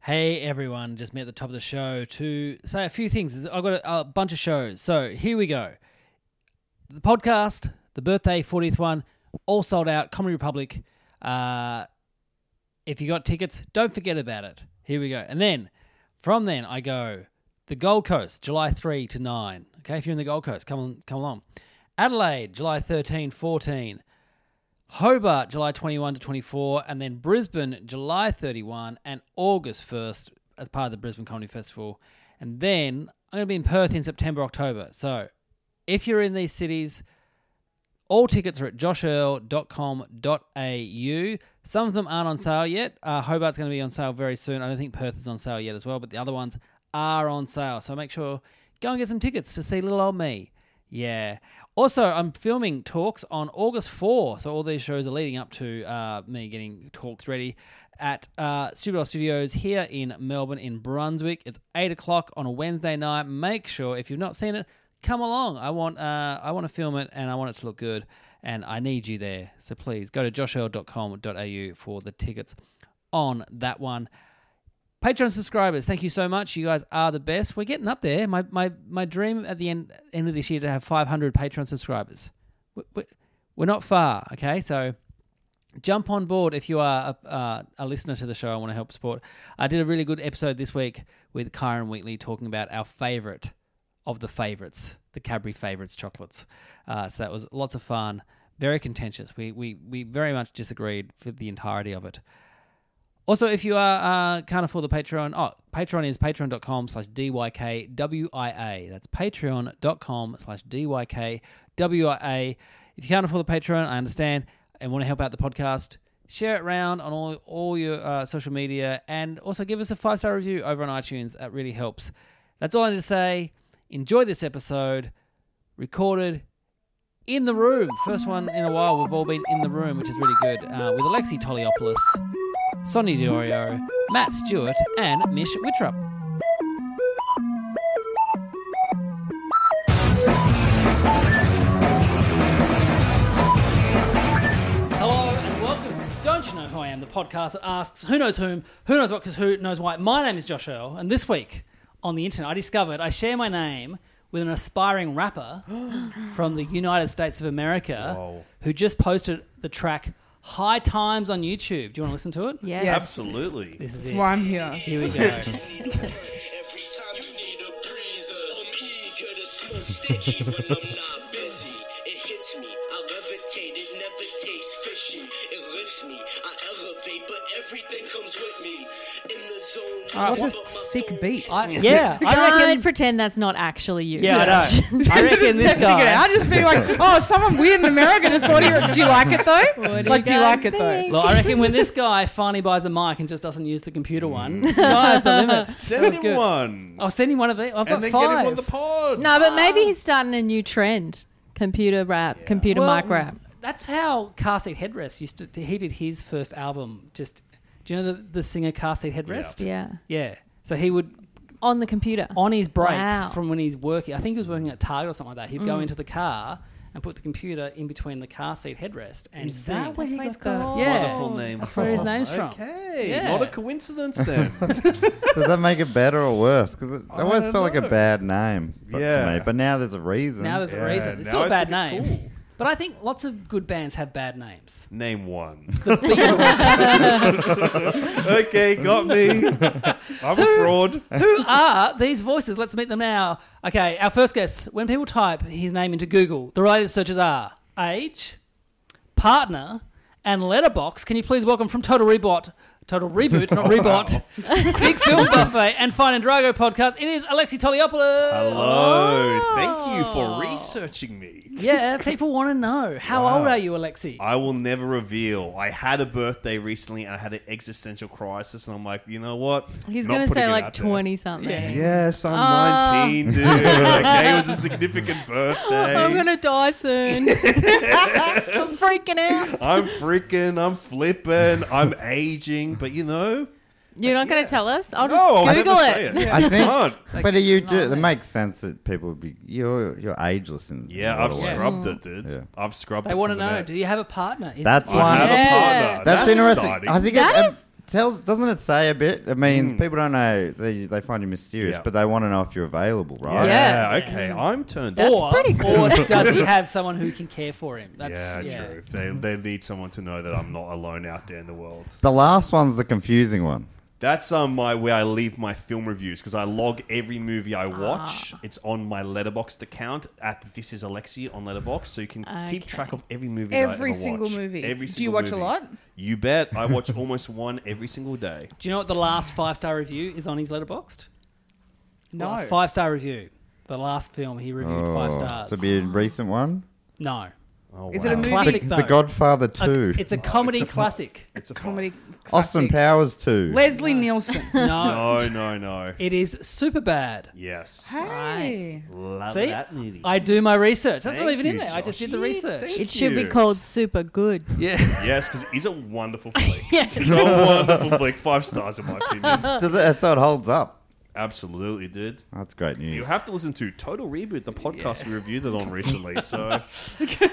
Hey everyone, just me at the top of the show to say a few things. I've got a, a bunch of shows. So here we go. The podcast, the birthday 40th one, all sold out, Comedy Republic. Uh, if you got tickets, don't forget about it. Here we go. And then from then I go the Gold Coast, July 3 to 9. Okay, if you're in the Gold Coast, come on, come along. Adelaide, July 13, 14. Hobart, July 21 to 24, and then Brisbane, July 31 and August 1st as part of the Brisbane Comedy Festival. And then I'm going to be in Perth in September, October. So if you're in these cities, all tickets are at joshearl.com.au. Some of them aren't on sale yet. Uh, Hobart's going to be on sale very soon. I don't think Perth is on sale yet as well, but the other ones are on sale. So make sure go and get some tickets to see little old me. Yeah. Also, I'm filming talks on August 4. So all these shows are leading up to uh, me getting talks ready at uh, Stupidol Studios here in Melbourne, in Brunswick. It's 8 o'clock on a Wednesday night. Make sure, if you've not seen it, come along. I want uh, I want to film it and I want it to look good and I need you there. So please go to joshearl.com.au for the tickets on that one. Patreon subscribers, thank you so much. You guys are the best. We're getting up there. My my my dream at the end end of this year to have 500 Patreon subscribers. We- we- We're not far, okay? So jump on board if you are a, uh, a listener to the show and want to help support. I did a really good episode this week with Kyron Wheatley talking about our favorite of the favorites, the Cadbury favorites chocolates. Uh, so that was lots of fun, very contentious. We, we, we very much disagreed for the entirety of it. Also, if you are uh, can't afford the Patreon, oh, Patreon is patreon.com slash DYKWIA. That's patreon.com slash DYKWIA. If you can't afford the Patreon, I understand, and want to help out the podcast, share it around on all, all your uh, social media and also give us a five star review over on iTunes. That really helps. That's all I need to say. Enjoy this episode, recorded in the room. First one in a while. We've all been in the room, which is really good, uh, with Alexi Toliopoulos. Sonny Diorio, Matt Stewart, and Mish Wittrup. Hello and welcome. to Don't you know who I am? The podcast that asks who knows whom, who knows what, because who knows why. My name is Josh Earl, and this week on the internet, I discovered I share my name with an aspiring rapper from the United States of America who just posted the track High Times on YouTube. Do you want to listen to it? Yes. Absolutely. This is That's it. why I'm here. Here we go. Every time you need a breather, I'm eager to smoke sticky when I'm not busy. It hits me, I levitate, it never tastes fishy. It lifts me, I elevate, but everything comes with me. In the zone, What a sick beat. I, yeah, I Don't reckon. pretend that's not actually you. Yeah, I know. I I'm reckon just this texting it guy. out, just being like, oh, someone weird in America just bought here. Do you like it though? What do like, do you guys like it though? think? Look, I reckon when this guy finally buys a mic and just doesn't use the computer one, sky's the limit. Mm. Send That's him Oh, good. one. I'll send him one of these. I've got and then five. get him on the pod. No, but maybe Oh. he's starting a new trend: computer rap, computer Well, mic rap. That's how Car Seat Headrest used to. He did his first album. Just do you know the, the singer Car Seat Headrest? Yeah, Yeah. So he would on the computer. on his breaks Wow. Mm. from when he's working. I think he was working at Target or something like that. He'd go into the car and put the computer in between the car seat headrest and Is sing. that where That's what he's got the called. Yeah. Wonderful name. Oh. That's where his from. name's from. Okay. Yeah. Not a coincidence then. Does that make it better or worse? Because it I always don't felt like know. a bad name but Yeah. to me. But now there's a reason. Now there's Yeah, a reason. It's now still a I bad think it's name. cool. But I think lots of good bands have bad names. Name one. okay, got me. I'm a fraud. Who are these voices? Let's meet them now. Okay, our first guest. When people type his name into Google, the related searches are age, partner, and letterbox. Can you please welcome from Total Rebot, Total Reboot, not Rebot. Big Film Buffet and Fine and Drago podcast. It is Alexi Toliopoulos. Hello. Thank you Oh. for researching me. Yeah, people want to know. How old are you, Alexi? I will never reveal. I had a birthday recently and I had an existential crisis, and I'm like, you know what? He's Not going to putting say it like Ah. out there. 20 something. Yes, I'm 19, dude. okay, it was a significant birthday. I'm going to die soon. I'm freaking out. I'm freaking, I'm flipping, I'm aging, but you know, You're not going to tell us? I'll no, just I Google never it. Say it. I think, Can't. but you do. It makes sense that people would be you're you're ageless and Yeah, I've Yeah. scrubbed it, dude. Yeah. I've scrubbed They it. want to from the know. net. Do you have a partner? Is- That's I why. have Yeah. a partner. That's, interesting. exciting. Hmm. I think That it, is- um, tells doesn't it say a bit? It means people don't know they they find you mysterious, Yeah. but they want to know if you're available, right? yeah, Yeah. okay. I'm turned That's on. or, pretty cool. Or does he have someone who can care for him? That's, Yeah, true. They, they need someone to know that I'm not alone out there in the world. The last one's the confusing one. That's um, my way I leave my film reviews because I log every movie I watch. Ah. It's on my Letterboxd account at This Is Alexi on Letterboxd, so you can keep Okay. track of every movie. that I Every ever single watch. movie. Every Do single you watch a movie. lot? You bet. I watch almost one every single day. Do you know what the last five star review is on his letterboxed? No. five star review. The last film he reviewed five stars. Oh, So be a recent one. no. Oh, Is it a wow. movie? Classic though. The Godfather Two. A- it's a comedy classic. It's a Comedy. Austin classic. Powers Two. Leslie Nielsen. No. No, no, no. It is super bad. Yes. Hey. Love See? that movie. I do my research. That's Thank not even in you, there. I just did Josh. the research. It should be you. called super good. Yeah. yes, because it's a wonderful flick. Yes. It's a wonderful flick. Five stars in my opinion. Does it, that's how it holds up. Absolutely, dude. That's great news. You have to listen to Total Reboot, the podcast we reviewed it on recently. So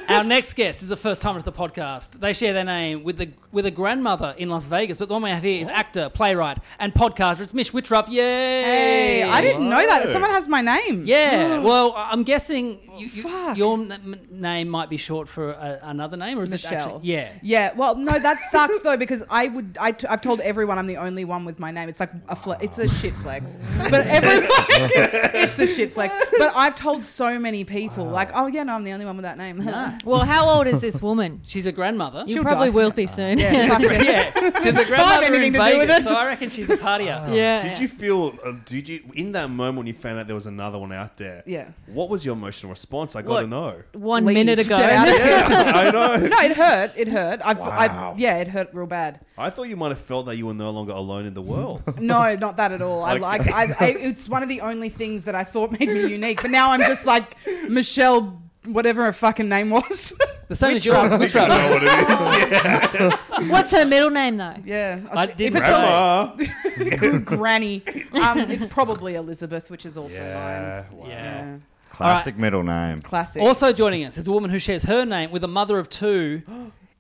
Our next guest is a first timer to the podcast. They share their name with the with a grandmother in Las Vegas, but the one we have here is actor, playwright, and podcaster. It's Mish Wittrup. Yay! Hey, I didn't know that. Hello. Someone has my name. Yeah. well, I- I'm guessing you, you- Oh, fuck. your n- m- name might be short for a, another name, or is it Michelle. actually? Yeah. Yeah. Well, no, that sucks though because I would. I t- I've told everyone I'm the only one with my name. It's like a fle- it's a shit flex, but everyone it's a shit flex. But I've told so many people like, oh yeah, no, I'm the only one with that name. Well, how old is this woman? She's a grandmother. You She'll probably die will soon. be soon. yeah, fuck it. yeah, she's a grandmother in anything to do Vegas, with it. so I reckon she's a partier. Oh, Yeah. Did you feel? Uh, did you in that moment when you found out there was another one out there? Yeah. What was your emotional response? I got to Look. know. One Leave. minute ago. Get out of here. I know. No, it hurt. It hurt. I've, Wow. I've, yeah, it hurt real bad. I thought you might have felt that you were no longer alone in the world. No, not that at all. I Like- like. I, I, it's one of the only things that I thought made me unique. But now I'm just like Michelle, whatever her fucking name was. The same as yours, you Wittrup. know what it is. What's her middle name, though? yeah, I did If it's grab not Grandma. Granny, um, it's probably Elizabeth, which is also mine. Yeah. wow. Yeah. Classic middle name. Classic. Also joining us is a woman who shares her name with a mother of two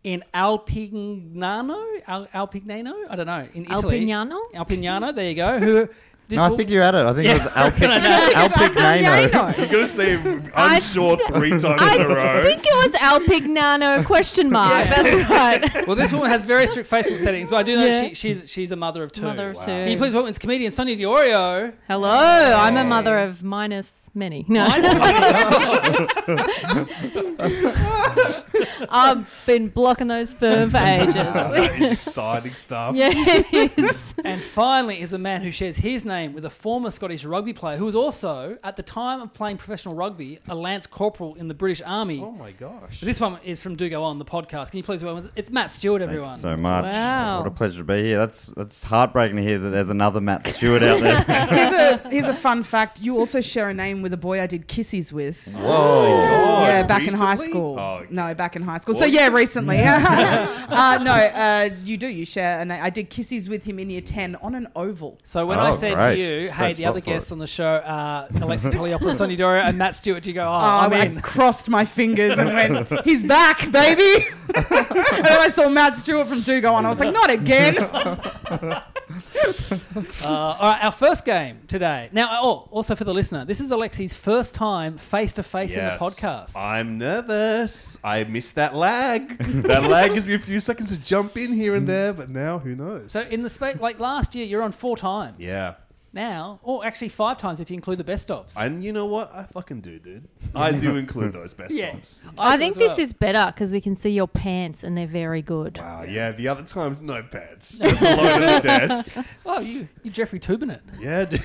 in Alpignano, Al- Alpignano. I don't know in Italy. Alpignano? Alpignano. There you go. Who? This No, I will- think you had it. I think it was It's Alpic Nano. Alpignano. You're gonna say unsure three times I in a row. think it was Alpignano question mark. That's right. Well, this woman has very strict Facebook settings, but I do know Yeah. she, she's she's a mother of two. Mother of two. Can you please welcome it's comedian Sonia Diorio. Hello, I'm a mother of minus many. No, I've been blocking those for, for ages. that is exciting stuff. yeah, it is. And finally is a man who shares his name with a former Scottish rugby player who was also, at the time of playing professional rugby, a lance corporal in the British Army. Oh my gosh. This one is from Do Go On, the podcast. Can you please welcome? It's Matt Stewart, Thank you everyone. so much. Wow. What a pleasure to be here. That's that's heartbreaking to hear that there's another Matt Stewart out there. Here's a here's a fun fact. You also share a name with a boy I did kisses with. Oh, yeah, back in high recently? school. Oh, No, back in high school. So yeah, recently. uh, no, uh, you do. You share. And I did kisses with him in year ten on an oval. So when Oh, I said great. to you, That's hey, the what other for guests it. on the show are Alexi Toliopoulos, Sonny Diorio, and Matt Stewart, you go, oh, Uh, I'm I in. crossed my fingers and went, "He's back, baby!" and then I saw Matt Stewart from Do Go On. I was like, "Not again!" Uh, all right, our first game today. Now, oh, also for the listener, this is Alexi's first time face to face in the podcast. I'm nervous. I missed that lag. that lag gives me a few seconds Mm. to jump in here and there, but now who knows? so in the space, like last year, you're on four times. yeah. now, or actually five times if you include the best ofs. And you know what? I fucking do, dude. I do include those best Yeah. offs. I, do think as this well. is better because we can see your pants and they're very good. Wow, Ah, yeah, the other times, no pants. Just alone at the desk. Oh, you you Jeffrey Tubin it. Yeah, dude.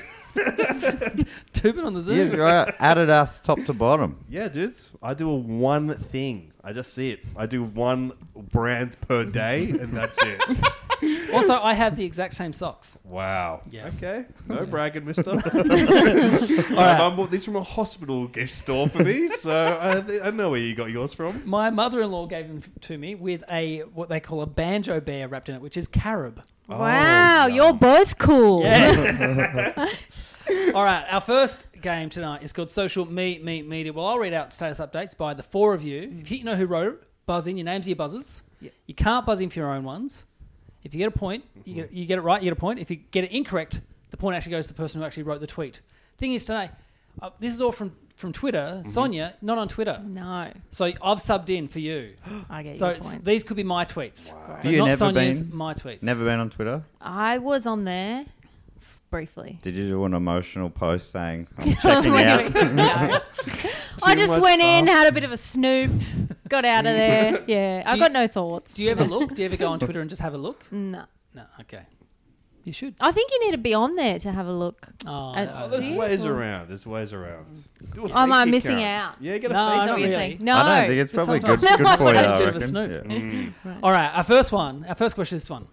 Tubin on the Zoom. You've uh, added us top to bottom. yeah, dudes. I do a one thing. I just see it. I do one brand per day, and that's it. Also, I have the exact same socks. Wow. Yeah. Okay. No bragging, mister. My mum bought these from a hospital gift store for me, so I, th- I know where you got yours from. My mother-in-law gave them to me with a what they call a banjo bear wrapped in it, which is carob. Wow, you're both cool. All right, our first game tonight is called Social Me Me Media. Well, I'll read out status updates by the four of you. If Mm. you know who wrote it, buzz in. Your names are your buzzers. You can't buzz in for your own ones. If you get a point, you get, you get it right, you get a point. If you get it incorrect, the point actually goes to the person who actually wrote the tweet. Thing is, today, uh, this is all from, from Twitter. Mm-hmm. Sonia, not on Twitter. No, So I've subbed in for you. I Mm. get So your it's- point. these could be my tweets. Have So you not never Sonia's, been? my tweets. Never been on Twitter. I was on there f- briefly. Did you do an emotional post saying I'm checking out? No. I Too just much went in, stuff. had a bit of a snoop, got out of there. Yeah, I you- got no thoughts. Do you ever look? Do you ever go on Twitter and just have a look? no. No. Okay. You should. I think you need to be on there to have a look. Oh, at- no. There's do you? ways Or- around. There's ways around. Do a Oh, Am I fake missing account. out? Yeah, get a Mm. No, not fake What you're really. saying. No, I don't think it's but probably good, sometimes- good No, for you. I I should have reckon. snooped. Yeah. All right, our first one. Our first question is this one.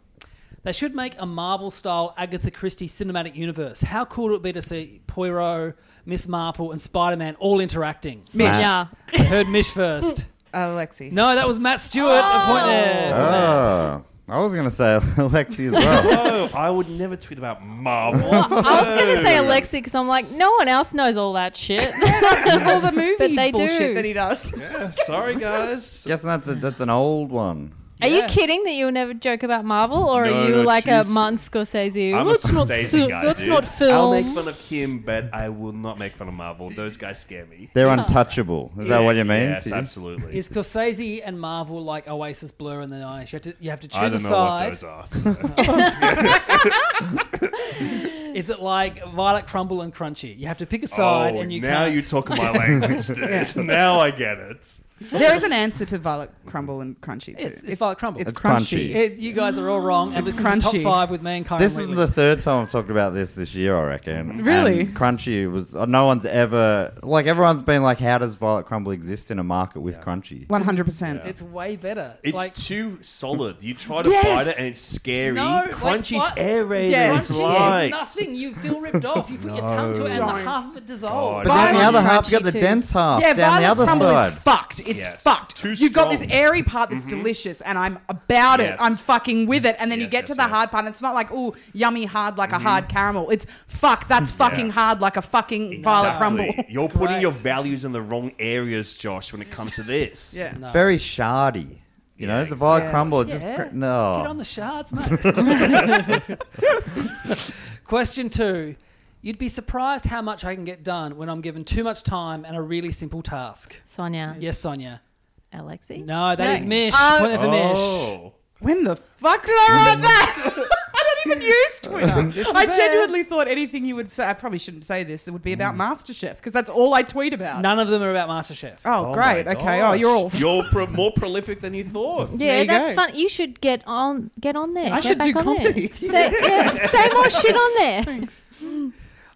They should make a Marvel-style Agatha Christie cinematic universe. How cool would it be to see Poirot, Miss Marple, and Spider-Man all interacting? Mish. Yeah. I heard Mish first. uh, Alexi. No, that was Matt Stewart. A point there. for Matt. Ah. Oh, I was going to say Alexi as Oh, well. I would never tweet about Marvel. Oh, I was going to say Alexi because I'm like, no one else knows all that shit. all the movie they do. bullshit that he does. Yeah, sorry, guys. Guess that's a, that's an old one. Are Yeah. you kidding that you'll never joke about Marvel, or No, are you no, like a she's- Martin Scorsese? I'm a let's not, Scorsese su- guy, let's dude. not I'll make film. fun of him, but I will not make fun of Marvel. Those guys scare me. They're untouchable. Is that what you mean? Yes, to you? absolutely. Is Scorsese and Marvel like Oasis, Blur, and the Nice? You have to, you have to choose I don't a know side. what those are. so- Is it like Violet Crumble and Crunchy? You have to pick a side, oh, and you now can't. you talk my language. dude. Now I get it. There is an answer to Violet Crumble and Crunchy too. It's- it's Violet Crumble. It's, It's crunchy. crunchy. It- you guys are all wrong, and It's it's top crunchy. five with me and Kyron This is Wheatley. the third time I've talked about this this year, I reckon. Really? And Crunchy was uh, no one's ever like everyone's been like, how does Violet Crumble exist in a market with Crunchy? One hundred percent. It's way better. It's like, too solid. You try to Yes! bite it and it's scary. No, like, Crunchy's what? aerated. Yeah. It's Crunchy light. is nothing. You feel ripped off. You put your tongue to it, and Don't. the half of it dissolves. But then the Violet other half, Crunchy you got the too. dense half Yeah, down Violet the other Crumble side. is fucked. It's Yes. fucked. Too You've got this strong. Mm-hmm. airy part that's delicious, and I'm about Yes. it. I'm fucking with it. And then you Yes, get to yes, the yes. Mm-hmm. hard part, and it's not like oh, yummy hard like a hard caramel. It's fuck. That's fucking hard like a fucking Violet Crumble. Exactly. You're putting great. your values in the wrong areas, Josh, when it comes to this. Yeah. It's very shardy. You know, Yeah, the Violet exactly. Crumble it just Yeah. cr- no. Get on the shards, mate. Question two. You'd be surprised how much I can get done when I'm given too much time and a really simple task. Sonia, Yes, Sonia. Alexi. No, that is Mish. Oh. Point there for Mish. Oh. When the fuck did I write that? I don't even use Twitter. I there. genuinely thought anything you would say. I probably shouldn't say this. It would be about MasterChef because that's all I tweet about. None of them are about MasterChef. Oh, Oh great. my Okay. gosh. Oh, you're all. You're pro- more prolific than you thought. There Yeah, you that's go. fun. You should get on, get on there. I Get should do back on there. comedy. Say, yeah, say more shit on there.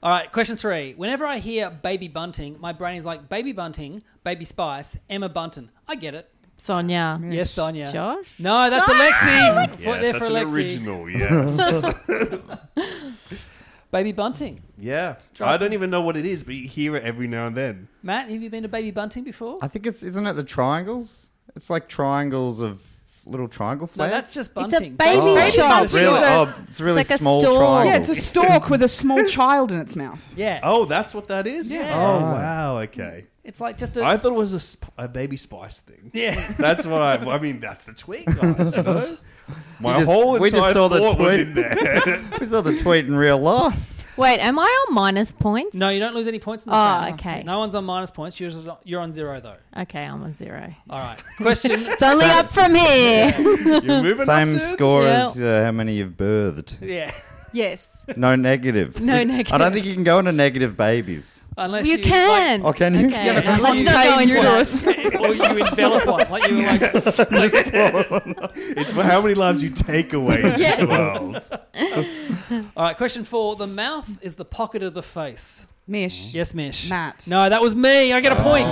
All right, question three. Whenever I hear baby bunting, my brain is like baby bunting, baby spice, Emma Bunton. I get it. Sonia, Yes, Sonia. Josh. No, that's Alexi. Point Yes, there that's for an Alexi. original. Yes. Baby bunting. yeah. I don't even know what it is, but you hear it every now and then. Matt, have you been to baby bunting before? I think it's isn't it the triangles? It's like triangles of little triangle No, flags. that's just It's a bunting. baby Baby shop. bunting. Oh, Really? It's a- oh, it's really like a small store. triangles. Yeah, it's a stalk with a small child in its mouth. Yeah. Oh, that's what that is? Oh, wow. Okay. It's like just a. I thought it was a, sp- a baby spice thing. yeah. That's what I. I mean, that's the tweet, guys. You know? My just- whole entire we just saw the thought was tweet. in there. We saw the tweet in real life. Wait, am I on minus points? No, you don't lose any points in this Oh, round. okay. No one's on minus points. You're, just- you're on zero, though. Okay, I'm on zero. All right. Question. It's only up from here. You're moving up, Same dude. score Yeah. as uh, how many you've birthed. yeah. Yes. No negative. No negative. I don't think you can go into negative babies. Unless You like- can. Oh, can you? Okay. Yeah, but Let's you- not go you- into uterus. that. or you envelop one, like you were like, It's for how many lives you take away in Yes. this world. all right. Question four: The mouth is the pocket of the face. Mish. Yes, Mish. Matt. Mm. No, that was me. I get a point.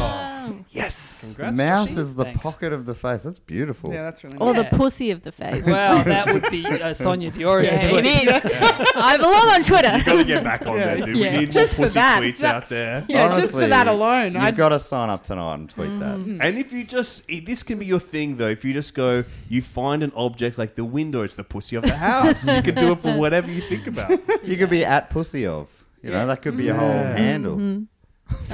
Yes. Congrats, Oh. Mouth Joshy. is the Thanks. pocket of the face. That's beautiful. Yeah, that's really Or nice. the Yeah. pussy of the face. Wow, that would be uh, Sonia Diorio. yeah, it tweet. is. I belong on Twitter. Gotta get back on Yeah. there, dude. Yeah. We need Just for more pussy that. tweets That- out there. Yeah, just for Honestly, that alone, You've I'd- got to sign up tonight and tweet that. And if you just, i- this can be your thing though. If you just go, you find an object like the window, it's the pussy of the house. you can do it for whatever you think about. You could be at pussy of. You know, that could be a whole handle. Fuck,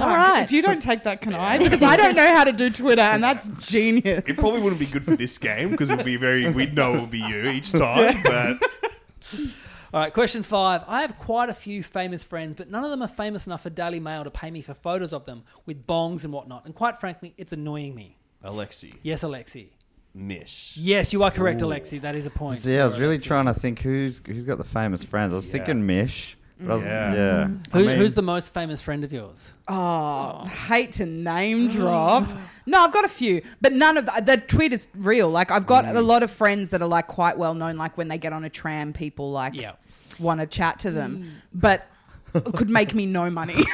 All right. If you don't take that, can I? Because I don't know how to do Twitter, and that's genius. It probably wouldn't be good for this game because it'd be very, we'd know it would be you each time. But All right, question five. I have quite a few famous friends, but none of them are famous enough for Daily Mail to pay me for photos of them with bongs and whatnot. And quite frankly, it's annoying me. Alexi, Yes, Alexi. Mish. Yes, you are correct, Alexi. That is a point. So yeah, I was really trying to think who's who's got the famous friends. I was Yeah. thinking Mish. But I was, Yeah. yeah. Who, I mean, who's the most famous friend of yours? Oh, hate to name drop. No, I've got a few, but none of the, the tweet is real. Like I've got Mm. a lot of friends that are like quite well known. Like when they get on a tram, people like Yeah. Mm. want to chat to them, but it could make me no money.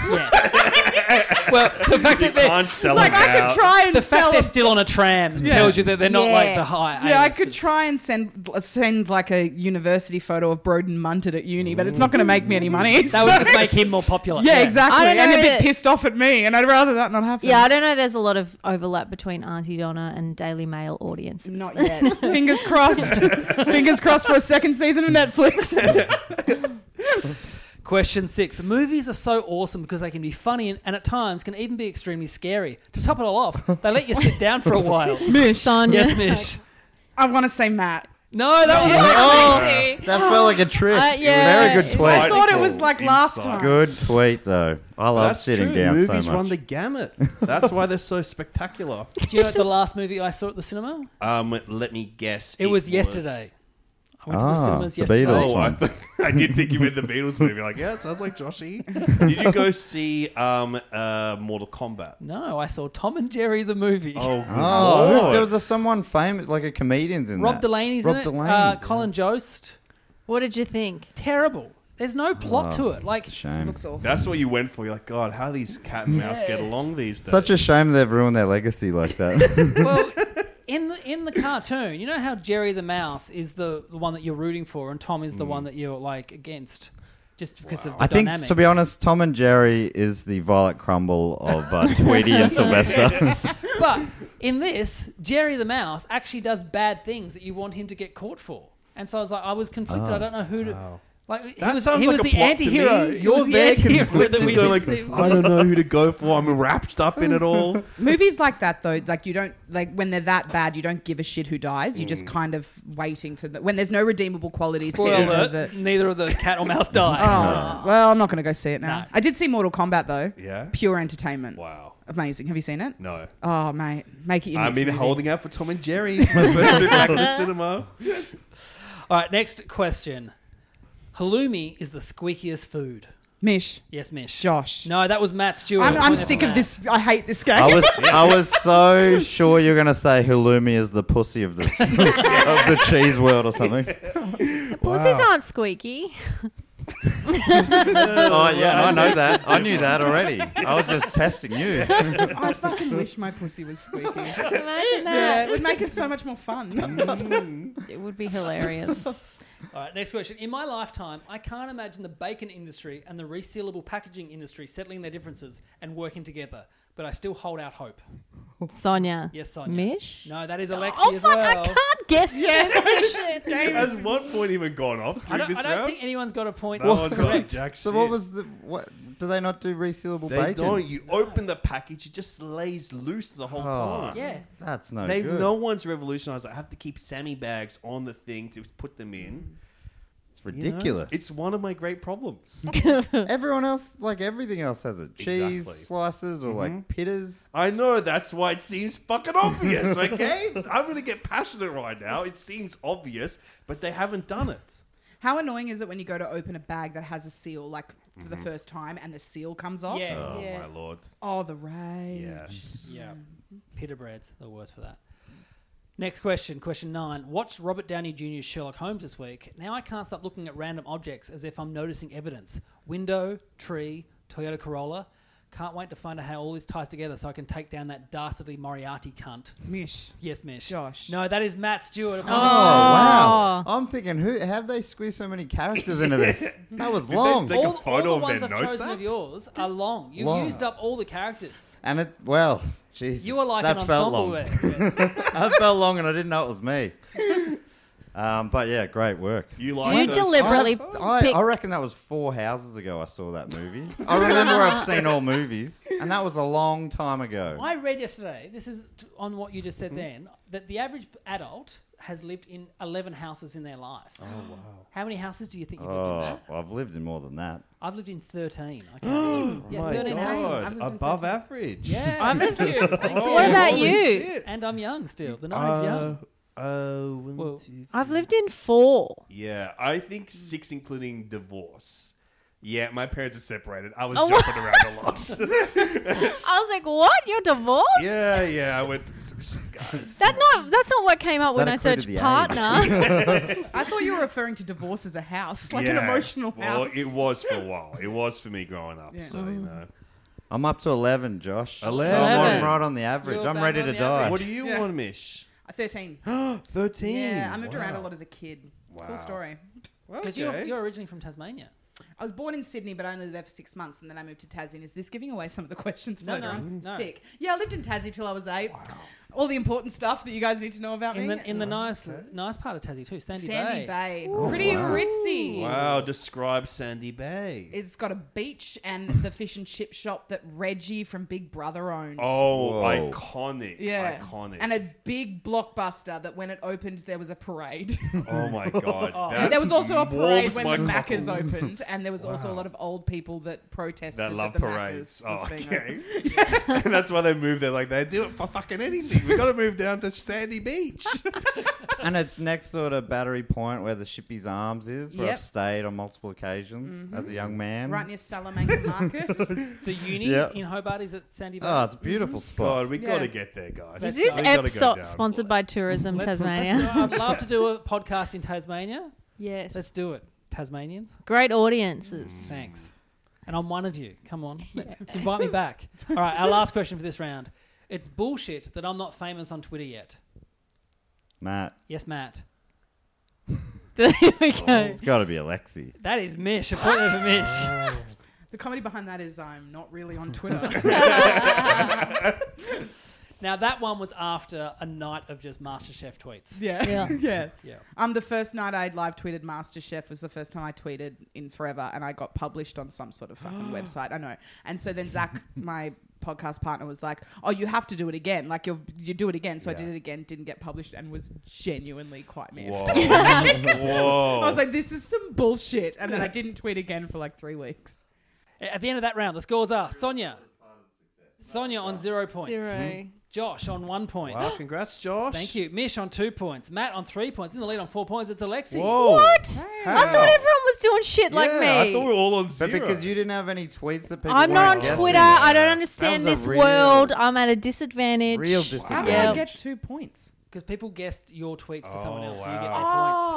Yeah. well, the fact that they're, Can't sell like them I could out. try and the sell. fact a- they're still on a tram tells you that they're not Yeah. like the high. yeah, I A-listers. could try and send send like a university photo of Broden munted at uni, but it's not going to make me any money. That would just make him more popular. yeah, exactly. I don't And know a bit that- pissed off at me, and I'd rather that not happen. Yeah, I don't know. There's a lot of overlap between Auntie Donna and Daily Mail audiences. Not yet. Fingers crossed. Fingers crossed for a second season of Netflix. Question six. Movies are so awesome because they can be funny and, and at times can even be extremely scary. To top it all off, they let you sit down for a while. Mish. Sonia. Yes, Mish. I want to say Matt. No, that was Oh, that felt like a trick. Uh, yeah. Very good tweet. I thought it was like last time. Good tweet though. I love sitting down Movies so much. run the gamut. That's why they're so spectacular. Do you know the last movie I saw at the cinema? Um, let me guess. It was yesterday. I went to the Ah, cinemas the yesterday. Beatles. Oh, I, th- I did think you meant the Beatles movie. Like, yeah, sounds like Joshy. Did you go see um, uh, Mortal Kombat? No, I saw Tom and Jerry the movie. Oh, good Oh, who- Lord. there was a, someone famous, like a comedian's in Rob that. Delaney's Rob in it. Delaney. Uh, Colin Jost. What did you think? Terrible. There's no plot to it. Like It's Ah, a shame. That's what you went for. You're like, God, how these cat and mouse get along these days. Such a shame they've ruined their legacy like that. well, in the in the cartoon, you know how Jerry the mouse is the, the one that you're rooting for, and Tom is the one that you're like against, just because of the I think, dynamics. to be honest, Tom and Jerry is the Violet Crumble of uh, Tweety and Sylvester. But in this, Jerry the mouse actually does bad things that you want him to get caught for, and so I was like, I was conflicted. I don't know who to. Like he That was, sounds he was like a the plot to anti-hero. me. He You're was the there anti-hero that we They're like, I don't know who to go for. I'm wrapped up in it all. Movies like that though, like you don't like when they're that bad, you don't give a shit who dies. You're just kind of waiting for the, when there's no redeemable qualities to Spoiler either alert, of the. neither of the cat or mouse die. Oh, well, I'm not going to go see it now. No. I did see Mortal Kombat though. Yeah? Pure entertainment. Wow. Amazing. Have you seen it? No. Oh mate, make it your I've next been movie. holding out for Tom and Jerry. My first trip back to the cinema. Oh. All right, next question. Halloumi is the squeakiest food. Mish. Yes, Mish. Josh. No, that was Matt Stewart. I'm, I'm Wasn't it sick of Matt? this. I hate this game. I was, I was so sure you were going to say Halloumi is the pussy of the of the cheese world or something. Pussies aren't squeaky. Oh yeah, I know that. I knew that already. I was just testing you. I fucking wish my pussy was squeaky. Imagine Yeah, that. it would make it so much more fun. Mm. It would be hilarious. All right, next question. In my lifetime, I can't imagine the bacon industry and the resealable packaging industry settling their differences and working together, but I still hold out hope. Sonia. Yes, Sonia. Mish? No, that is Alexi Oh, as fuck. well. I can't guess. this question. Has one point even gone off I during don't, this I don't round? think anyone's got a point. That one's gone correct. jack So shit. what was the what? Do they not do resealable They bacon? don't. You open the package, it just lays loose the whole time. Yeah. That's no They've good. no one's revolutionized. I have to keep Sammy bags on the thing to put them in. it's You know? ridiculous. It's one of my great problems. everyone else, like everything else, has it. Cheese Exactly. slices or like pittas. I know that's why it seems fucking obvious, okay? I'm going to get passionate right now. It seems obvious, but they haven't done it. How annoying is it when you go to open a bag that has a seal, like for Mm-hmm. the first time, and the seal comes off? Yeah. Oh Yeah. my lord. Oh, the rage. Yes. Yeah. Pita bread's the worst for that. Next question, question nine. Watched Robert Downey Jr.'s Sherlock Holmes this week. Now I can't stop looking at random objects as if I'm noticing evidence. Window, tree, Toyota Corolla. Can't wait to find out how all this ties together so I can take down that dastardly Moriarty cunt. Mish. Yes, Mish. Josh. No, that is Matt Stewart. Oh, Oh. wow. I'm thinking, who? How did they squeeze so many characters into this? That was long. take All, a photo all of the ones their I've notes chosen app? of yours are long. You've Long. used up all the characters. And it, well, Jesus. You were like that an felt ensemble long. there. Yeah. that felt long, and I didn't know it was me. Um, but yeah, great work. You Do like you those- deliberately I, pick? I reckon that was four houses ago I saw that movie. I remember I've seen all movies, and that was a long time ago. I read yesterday, this is t- on what you just said then, that the average adult has lived in 11 houses in their life. Oh, wow. How many houses do you think you've lived in, Oh, Matt? well, I've lived in more than that. I've lived in 13. I can't yes, My 13 God. houses. I've lived in above 13. average. Yeah. I've lived you. Thank you. Oh, what about you? And I'm young still. The night is Uh, young. uh, Oh, one, Well, two, three. I've lived in four. Yeah, I think six, including divorce. Yeah, my parents are separated. I was Oh, jumping around a lot. I was like, "What? You're divorced?" yeah, yeah, I went through some shit, guys. That not that's not what came up That when I included searched the age. partner. I thought you were referring to divorce as a house, like an Yeah. emotional Well, house. it was for a while. It was for me growing up. Yeah. So you know, I'm up to 11, Josh. 11. So I'm Eleven. right on the average. You're I'm bang ready on to the die. average. what do you Yeah. want, Mish? Thirteen. 13. Yeah, I moved around a Wow. lot as a kid. Wow. Cool story. Because you're, you're originally from Tasmania. I was born in Sydney, but I only lived there for six months, and then I moved to Tassie. Is this giving away some of the questions? No, further no, on? no. Sick. Yeah, I lived in Tassie till I was eight. All the important stuff that you guys need to know about In me. the, in the nice nice part of Tassie too, Sandy, Sandy Bay. Bay, pretty ritzy. Oh, Wow, describe Sandy Bay. It's got a beach and the fish and chip shop that Reggie from Big Brother owned. oh, Whoa. iconic, yeah, iconic. And a big blockbuster that when it opened there was a parade. oh my god, that there was also a parade warms when my the Macca's cockles. opened, and there was also a lot of old people that protested That love the parades. Macca's Oh, was being okay. That's why they moved there. Like they do it for fucking anything. We got to move down to Sandy Beach. and it's next sort of battery point where the Shippy's Arms is, where Yep. I've stayed on multiple occasions as Mm-hmm. a young man. opened. right near Salamanca Market. The uni Yeah. in Hobart is at Sandy Bay. Oh, it's a beautiful spot. God, we Yeah. got to get there, guys. Is This this EPSOP sponsored by Tourism Let's- Tasmania? let's- I'd love to do a podcast in Tasmania. yes. Let's do it. Tasmanians. Great Mm. audiences. Thanks. And I'm one of you. Come on. Invite me back. All right, our last question for this round. It's bullshit that I'm not famous on Twitter yet. Matt, Yes, Matt. there we go. it's got to be Alexi. That is Mish. A point there for Mish. the comedy behind that is I'm not really on Twitter. Now, that one was after a night of just MasterChef tweets. yeah. Yeah. yeah. Yeah. Um, the first night I live tweeted MasterChef was the first time I tweeted in forever, and I got published on some sort of fucking website. I know. And so then Zach, my podcast partner, was like, "Oh, you have to do it again. Like you you do it again." So I Yeah. did it again, didn't get published, and was genuinely quite miffed. Whoa. Whoa. I was like, "This is some bullshit," and then I didn't tweet again for like three weeks. A- At the end of that round, the scores are Sonia. Sonia on zero Oh. points. Zero. Josh on one point. Wow, congrats, Josh. Thank you. Mish on two points. Matt on three points. In the lead on four points, it's Alexi. Whoa. What? I How? thought everyone was doing shit like yeah, me. I thought we were all on But zero. because you didn't have any tweets that people I'm weren't not on guessing. Twitter. I don't That understand was this a real- world. I'm at a disadvantage. Real How disadvantage. did Yeah. I get two points? Because people guessed your tweets for someone Oh, else, so you get wow.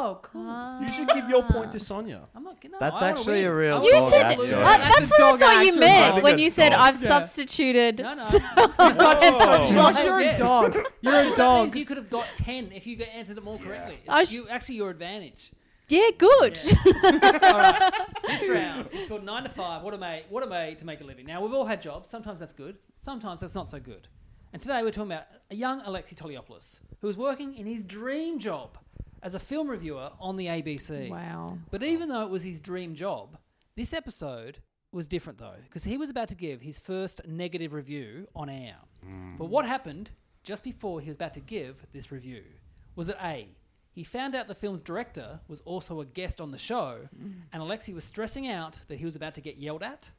their points. Oh, cool. you should give your point to Sonia. I'm not gonna. That's I wanna actually win. a real I You wanna dog said act, lose. yeah. that, that's That's a what I dog thought you act, I meant think when you that's said dog. I've Yeah. substituted. No, no. Oh. Josh, you're a Yes. dog. You're a That dog. means you could have got ten if you got- answered it more correctly. I you actually your advantage. Yeah, good. All right. This round is called nine to five. What am I? What am I to make a living? Now we've all had jobs. Sometimes that's good. Sometimes that's not so good. And today we're talking about a young Alexi Toliopoulos who is working in his dream job as a film reviewer on the ABC. Wow. But even though it was his dream job, this episode was different though, because he was about to give his first negative review on air. But what happened just before he was about to give this review was that A, he found out the film's director was also a guest on the show, and Alexi was stressing out that he was about to get yelled at.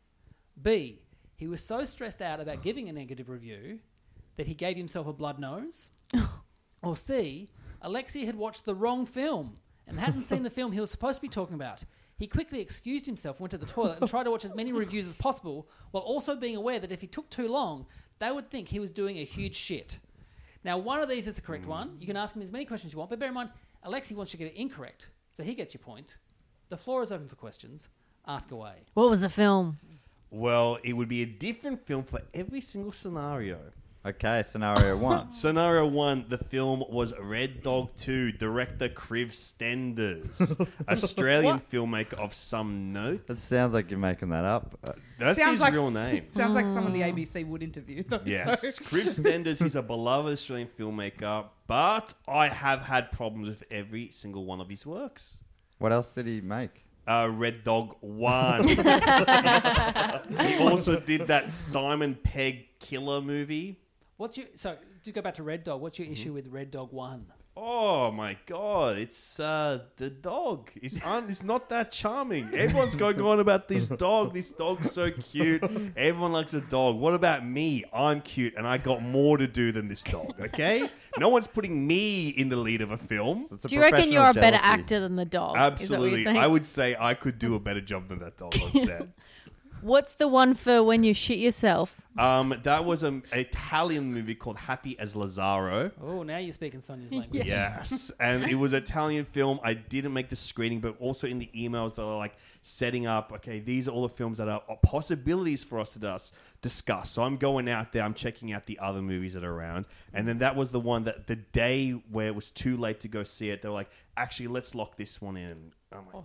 B, he was so stressed out about giving a negative review that he gave himself a blood nose. Or C, Alexi had watched the wrong film and hadn't seen the film he was supposed to be talking about. He quickly excused himself, went to the toilet, and tried to watch as many reviews as possible, while also being aware that if he took too long, they would think he was doing a huge shit. Now, one of these is the correct one. You can ask him as many questions you want, but bear in mind, Alexi wants you to get it incorrect, so he gets your point. The floor is open for questions. Ask away. What was the film? Well, it would be a different film for every single scenario. Okay, scenario one. Scenario one, the film was Red Dog 2, director Kriv Stenders, Australian filmmaker of some note. It sounds like you're making that up. Uh, That's sounds his like real name. sounds like someone the ABC would interview. though, so- Yes. Kriv Stenders is a beloved Australian filmmaker, but I have had problems with every single one of his works. What else did he make? Uh, Red Dog 1. he also did that Simon Pegg killer movie. What's your so to go back to Red Dog? What's your issue with Red Dog One? Oh my god, it's uh, the dog. It's un- it's not that charming. Everyone's going on about this dog. This dog's so cute. Everyone likes a dog. What about me? I'm cute and I got more to do than this dog, okay? No one's putting me in the lead of a film. It's a Do you reckon professional you're a better jealousy. actor than the dog? Is that what you're Absolutely. saying? I would say I could do a better job than that dog on set. What's the one for when you shit yourself? Um, that was an Italian movie called Happy as Lazaro. Oh, now you're speaking Sonia's language. Yes, and it was Italian film. I didn't make the screening, but also in the emails they were like setting up. Okay, these are all the films that are possibilities for us to dis- discuss. So I'm going out there. I'm checking out the other movies that are around, and then that was the one that the day where it was too late to go see it, they were like, actually, let's lock this one in. I'm like,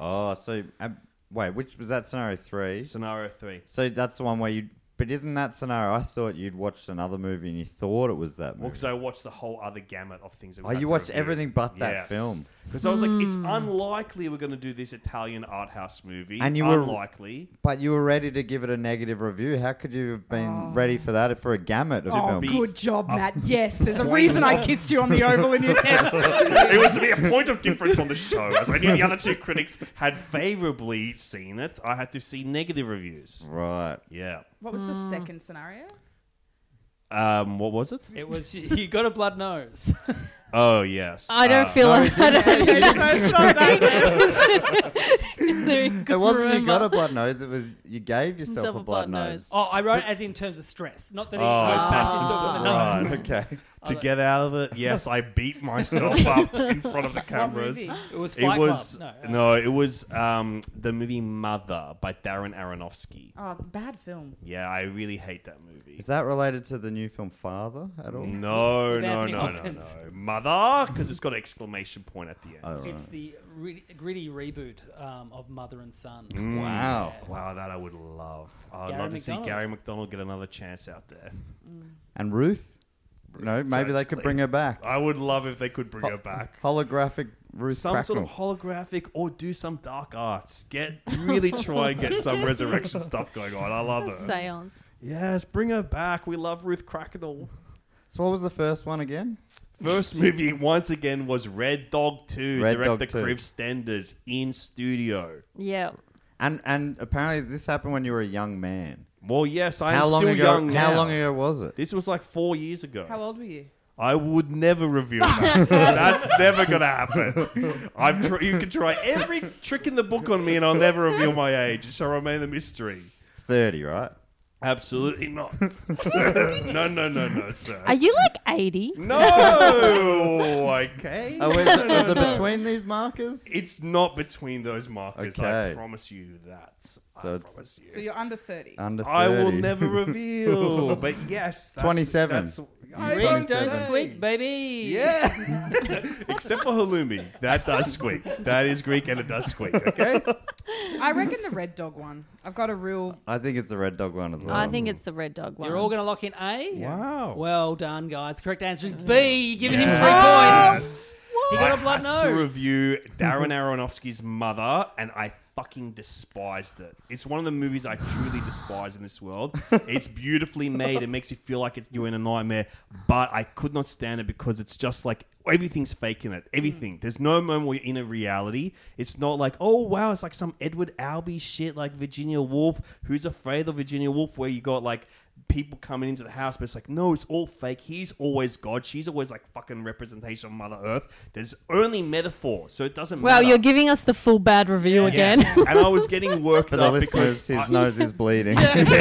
Oh, so um, wait, which was that scenario three? Scenario three. So that's the one where you. But isn't that scenario? I thought you'd watched another movie and you thought it was that Well, movie. because I watched the whole other gamut of things. That we Oh, had you to watched review. everything but that film. Because I was like, it's unlikely we're going to do this Italian art house movie. And you were- unlikely. but you were ready to give it a negative review. How could you have been ready for that for a gamut of Oh, films? be- Good job, Matt. Yes, there's a reason I kissed you on the oval in your house. it was to be a point of difference on the show. As I knew the other two critics had favourably seen it, I had to see negative reviews. Right. Yeah. What was the second scenario? Um, what was it? It was you, you got a blood nose. Oh yes. I don't Ah. Uh, feel like I don't Okay, so, so that- It wasn't you got a remember. blood nose. It was you gave yourself a blood nose. oh, I wrote it as in terms of stress, not that he Oh, like, bashed himself on the nose. Right. Okay. to get out of it, yes, I beat myself up in front of the cameras. movie? It was It Fight was Club. no, it was um, the movie Mother by Darren Aronofsky. oh, bad film. Yeah, I really hate that movie. Is that related to the new film Father at all? No, With no, Anthony no, no, no, Hopkins. Mother, because it's got an exclamation point at the end. Oh, It's the re- gritty reboot um, of Mother and Son. Wow. Mm. Wow, that I would love. I'd Gary love to McDonald. see Gary McDonald get another chance out there. And Ruth? No, maybe they could Exactly. bring her back. I would love if they could bring her back. Holographic Ruth Some sort of Cracknell. holographic or do some dark arts. Get really try and get some resurrection stuff going on. I love her. Seance. Yes, bring her back. We love Ruth Cracknell. So what was the first one again? First movie once again was Red Dog 2, Red Dog director 2. Kriv Stenders in studio. Yeah. And and apparently this happened when you were a young man. Well, yes, I am How long still ago? young How now. long ago was it? This was like four years ago. How old were you? I would never reveal that. That's never gonna happen. I've tr- you can try every trick in the book on me, and I'll never reveal my age. It shall remain a mystery. It's thirty, right? Absolutely not. no, no, no, no, sir. Are you like 80? no. Okay. Oh, is it, is it between these markers? It's not between those markers. I Okay. promise you that. So I it's- promise you. So you're under 30. Under thirty. I will never reveal. But yes, that's, 27. That's, I Ring, don't don't, say. squeak, baby. Yeah. Except for halloumi. That does squeak. That is Greek and it does squeak, okay? I reckon the red dog one. I've got a real. I think it's the red dog one as well. I think it's the red dog one. You're all going to lock in A? Wow. Mm. Well done, guys. Correct answer is B. You're giving him three points. Yes. He I got a blood had to nose. review Darren Aronofsky's Mother, and I fucking despised it. It's one of the movies I truly despise in this world. It's beautifully made. It makes you feel like it's, you're in a nightmare, but I could not stand it because it's just like everything's fake in it. Mm. Everything. There's no moment where you're in a reality. It's not like, oh, wow, it's like some Edward Albee shit like Virginia Woolf, who's afraid of Virginia Woolf, where you got like people coming into the house, but it's like, no, it's all fake. He's always God. She's always like fucking representation of Mother Earth. There's only metaphor, so it doesn't Wow, matter. you're giving us the full bad review again. Yes. and I was getting worked For the up because listeners, his I, nose is bleeding.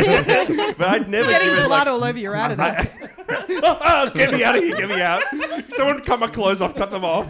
but I'd never Getting given, blood like, all over your Adidas. oh, get me out of here, get me out. Someone cut my clothes off, cut them off.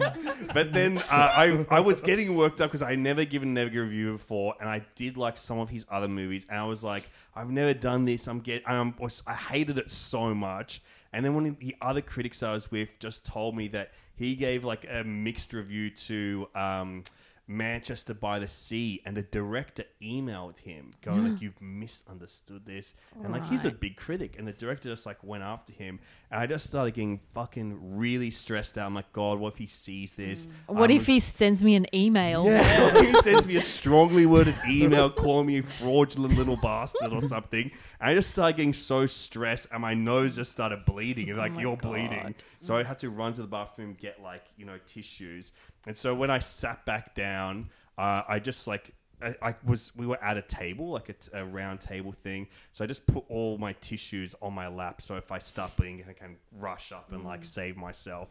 But then uh, I, I was getting worked up because I never given negative review before, and I did like some of his other movies, and I was like, I've never done this. I'm get, I'm, I hated it so much. And then one of the other critics I was with just told me that he gave like a mixed review to. Um, Manchester by the Sea, and the director emailed him, going like, "You've misunderstood this," and like he's a big critic, and the director just like went after him, and I just started getting fucking really stressed out. I'm like, God, what if he sees this? Mm. what I'm if he sends me an email? yeah, he sends me a strongly worded email calling me a fraudulent little bastard or something. And I just started getting so stressed, and my nose just started bleeding. And like, you're bleeding. So I had to run to the bathroom, get like, you know, tissues. And so when I sat back down, uh, I just like, I, I was, we were at a table, like a, t- a round table thing. So I just put all my tissues on my lap. So if I start bleeding, I can rush up and like save myself.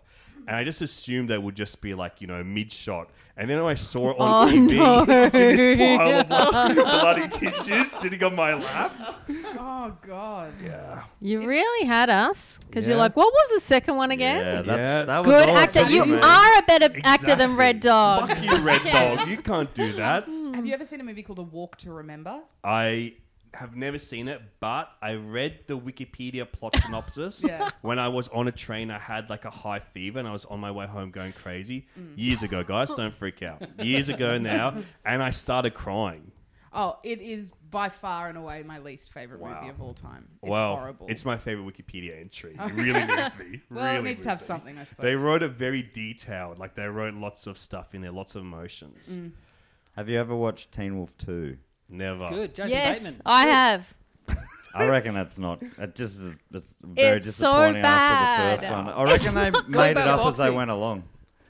And I just assumed that would just be like, you know, mid shot. And then when I saw it on Oh, TV, no. see this pile of like, bloody tissues sitting on my lap. oh God. You really had us because you're Yeah. like, what was the second one again? Yeah, that's, Yes. that was Good all actor. I You said, man. are a better actor than Red Dog. Fuck you, Red Dog. You can't do that. Have you ever seen a movie called A Walk to Remember? I have never seen it, but I read the Wikipedia plot synopsis Yeah. when I was on a train. I had like a high fever and I was on my way home going crazy Mm. years ago, guys. Don't freak out. Years ago now, and I started crying. Oh, it is by far and away my least favorite Wow. movie of all time. It's well, horrible. it's my favorite Wikipedia entry. It really moved me. well, really it needs moved to have me. something, I suppose. They wrote it very detailed. Like they wrote lots of stuff in there, lots of emotions. Mm. Have you ever watched Teen Wolf 2? Never. Good, Jason Yes, Bateman. I have. I reckon that's not. It just is it's very It's so disappointing bad. after the first one. I reckon they made it about up as they boxing. went along.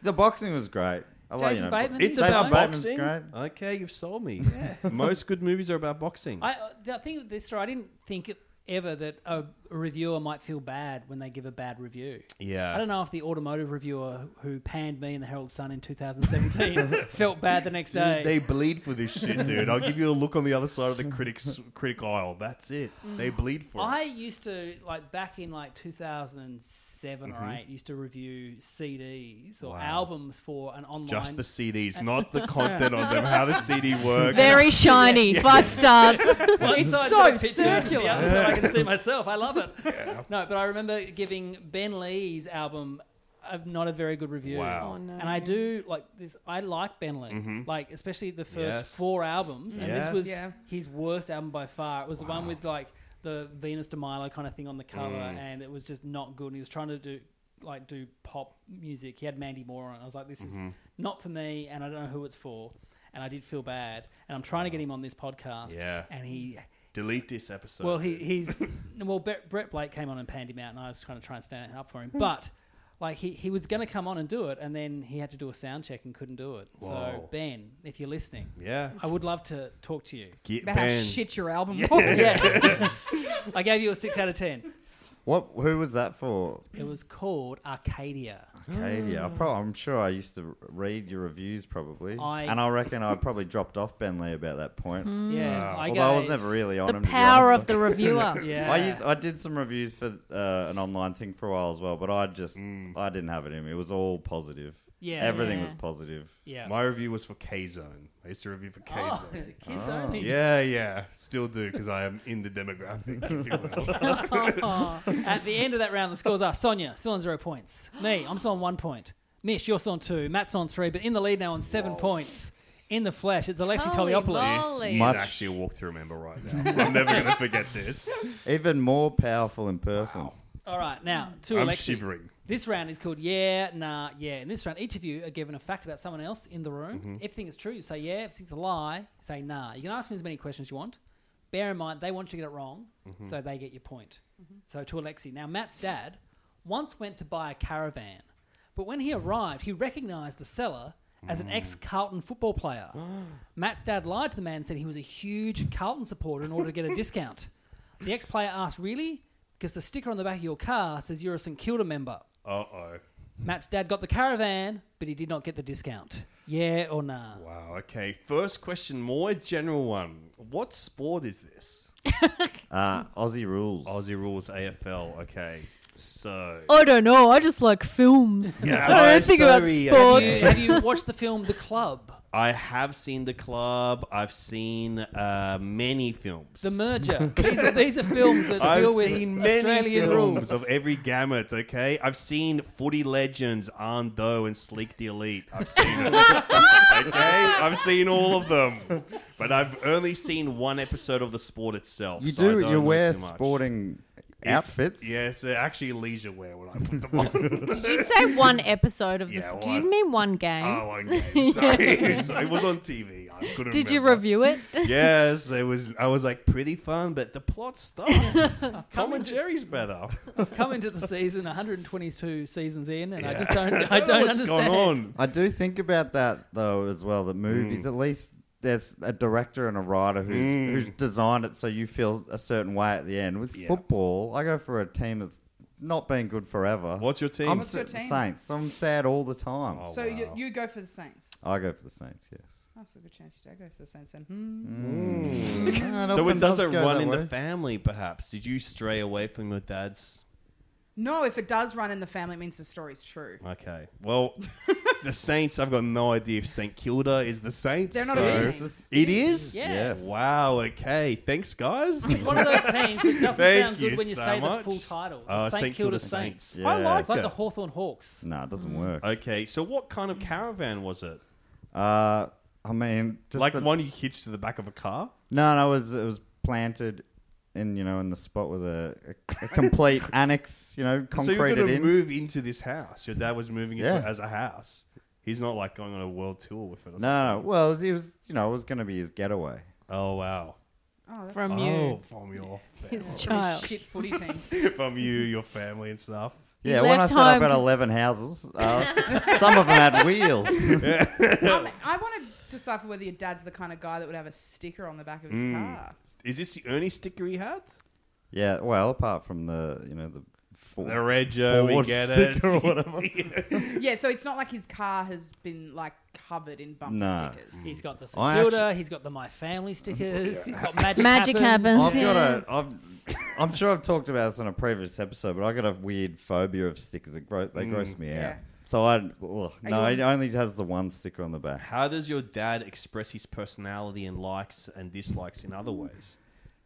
The boxing was great. I like, Jason you know, Bateman. It's Jason about Bateman's boxing. great. Okay, you've sold me. Most good movies are about boxing. I uh, the thing with this story, I didn't think it, ever that a reviewer might feel bad when they give a bad review. yeah. I don't know if the automotive reviewer who panned me in the Herald Sun in 2017 felt bad the next day. They bleed for this shit, dude. I'll give you a look on the other side of the critics critic aisle. That's it. They bleed for Mm. I it. used to like back in like 2007 Mm-hmm. or 8 used to review CDs or albums for an online Just the CDs, not the content on them. How the CD works. Very shiny. Five stars. it's so circular. The other side I can see myself. I love it. No, but I remember giving Ben Lee's album a, not a very good review. Wow. Oh, no. And I do like this. I like Ben Lee, like especially the first Yes. four albums. And this Yes. was Yeah. his worst album by far. It was the one with like the Venus de Milo kind of thing on the cover, Mm. and it was just not good. And he was trying to do like do pop music. He had Mandy Moore on. I was like, this Mm-hmm. is not for me, and I don't know who it's for. And I did feel bad, and I'm trying to get him on this podcast. Yeah. and he Delete this episode. well, he, he's well. Brett, Brett Blake came on and panned him out, and I was trying to try and stand up for him. Hmm. But like he, he was going to come on and do it, and then he had to do a sound check and couldn't do it. So Whoa. Ben, if you're listening, yeah. I would love to talk to you. Get about how banned. shit your album was. Yeah, I gave you a six out of ten. What? Who was that for? It was called Arcadia. Acadia. Mm. I prob- I'm sure I used to read your reviews probably, I- and I reckon I probably dropped off Ben Lee about that point. Hmm. Yeah, I Although I was gave- never really on the him. to be power honest. of the reviewer. Yeah, I used I did some reviews for uh, an online thing for a while as well, but I just Mm. I didn't have it in me. It was all positive. Yeah. everything Yeah. was positive. yeah. My review was for K Zone. I used to review for K Oh, Zone. kids only. Yeah, yeah. Still do because I am in the demographic. if you will. At the end of that round, the scores are Sonia still on zero points. Me, I'm still on one point. Mish, you're still on two. Matt's still on three, but in the lead now on seven points. In the flesh, it's Alexi Holy Toliopoulos. moly. He's Much- actually a walk to remember right now. I'm never going to forget this. Even more powerful in person. All right, now to I'm Alexi. shivering. This round is called Yeah, Nah, Yeah. In this round, each of you are given a fact about someone else in the room. If things true, you say yeah. If it's a lie, you say nah. You can ask them as many questions you want. Bear in mind, they want you to get it wrong, so they get your point. So to Alexi. Now, Matt's dad once went to buy a caravan, but when he arrived, he recognized the seller as an ex Carlton football player. Matt's dad lied to the man and said he was a huge Carlton supporter in order to get a discount. The ex player asked, Really? because the sticker on the back of your car says you're a St Kilda member. Uh oh. Matt's dad got the caravan, but he did not get the discount. Yeah or nah? Wow. Okay. First question, more general one. What sport is this? Uh, Aussie rules. Aussie rules AFL. Okay. So. I don't know. I just like films. Yeah, I I'm don't think about sorry, I sports. can't. Have you watched the film The Club? I have seen The Club. I've seen uh, many films. The Merger? These are, these are films that I've deal with seen many Australian rules. films of every gamut, okay? I've seen footy legends, Arndo and Sleek the Elite. I've seen them. okay? I've seen all of them. But I've only seen one episode of the sport itself. you so I do. don't you know wear too much. sporting It's- outfits. Yeah, it's uh, actually leisure wear when I put them on. Did you say one episode of this? Yeah, Do you one. mean one game? oh, okay. Sorry. so it was on TV. I couldn't Did you remember. review it? Yes, it was. I was like pretty fun, but the plot starts. Tom and Jerry's better. I've come into the season 122 seasons in, and I Yeah. just don't. I know don't what's understand. Going on. I do think about that though as well. That movies, Mm. at least there's a director and a writer who's who's designed it so you feel a certain way at the end. With Yeah. football, I go for a team that's not been good forever. What's your team? I'm What's your sa- team? Saints. I'm sad all the time. Oh, So you, wow. you go for the Saints. I go for the Saints. Yes. That's a good chance you do go for the Saints. Then. Hmm. Mm, so often it doesn't go run that in way. the family, perhaps. Did you stray away from your dad's? No, if it does run in the family, it means the story's true. Okay. Well, the Saints. I've got no idea if Saint Kilda is the Saints. They're not so- a good So team. it's just- It is. Yeah. Yes. Wow. Okay. Thanks, guys. It's one of those teams that doesn't Thank sound good you when you so say much. the full title. It's Uh, St. Saint Kilda Kilda Saints. Saints. Yeah. I like It's like it. the Hawthorn Hawks. No, it Mm. doesn't work. okay. So what kind of caravan was it? Uh, I mean, just like a- one you hitched to the back of a car? No, no, it was it was planted in you know in the spot with a, a, a complete annex, you know, so you're concreted to in. move into this house. Your dad was moving into Yeah. it as a house. He's not like going on a world tour with it. or No, no. something. Well, it was, it was you know it was going to be his getaway. Oh wow. Oh, that's From Oh, you, from your his a pretty child. shit footy team. from you, your family and stuff. He yeah, when I left set up home at 'cause- eleven houses, uh, some of them had wheels. um, I want to decipher whether your dad's the kind of guy that would have a sticker on the back of Hmm. his car. Is this the only sticker he had? Yeah, well, apart from the you know the four, The red Joe, we Ford get it. sticker or whatever. Yeah, so it's not like his car has been like covered in bumper Nah. stickers. He's got the I St. Kilda. he's got the My Family stickers. He's got Magic, Magic happens. I've got yeah. a. I've, I'm sure I've talked about this on a previous episode, but I got a weird phobia of stickers. It gro- they Mm, gross me out. Yeah. So I ugh, no, you- it only has the one sticker on the back. How does your dad express his personality and likes and dislikes in other ways?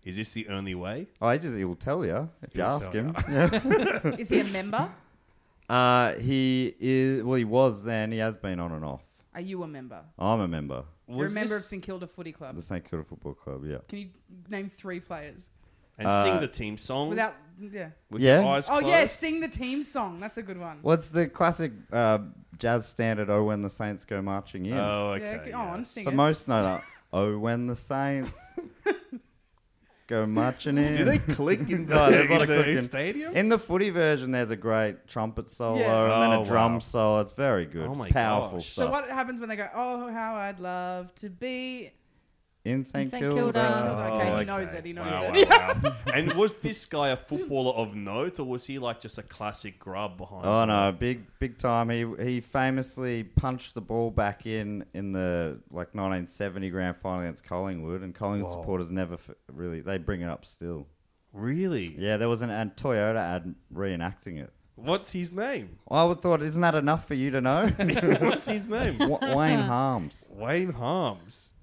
Is this the only way? Oh, he just he'll tell you if you He'll ask tell him. Is he a member? uh, he is. Well, he was then. He has been on and off. Are you a member? I'm a member You're a member this- of St Kilda Footy of Club. the St Kilda Football Club. Yeah. Can you name three players and sing the team song without? Yeah. with your Yeah. eyes Oh closed. yeah, sing the team song. That's a good one. What's the classic uh, jazz standard? Oh, when the Saints go marching in. Oh, yeah, okay. go on, yes. sing the it. most no, no. Oh, when the Saints go marching in. Do they click in the, No, there's a lot in of the clicking. stadium? In the footy version, there's a great trumpet solo Yeah. and then Oh, a drum wow. solo. It's very good. Oh my it's powerful gosh. stuff. So what happens when they go? Oh, how I'd love to be. in St St. Kilda? Kilda. Okay, he knows it. He knows Oh, Wow, it. wow, wow. and was this guy a footballer of note, or was he like just a classic grub behind? Oh him? no, big big time. He he famously punched the ball back in in the like 1970 grand final against Collingwood, and Collingwood supporters never f- really they bring it up still. really? Yeah, there was an ad Toyota ad reenacting it. What's his name? I would thought, isn't that enough for you to know? What's his name? W- Wayne Harms. Wayne Harms.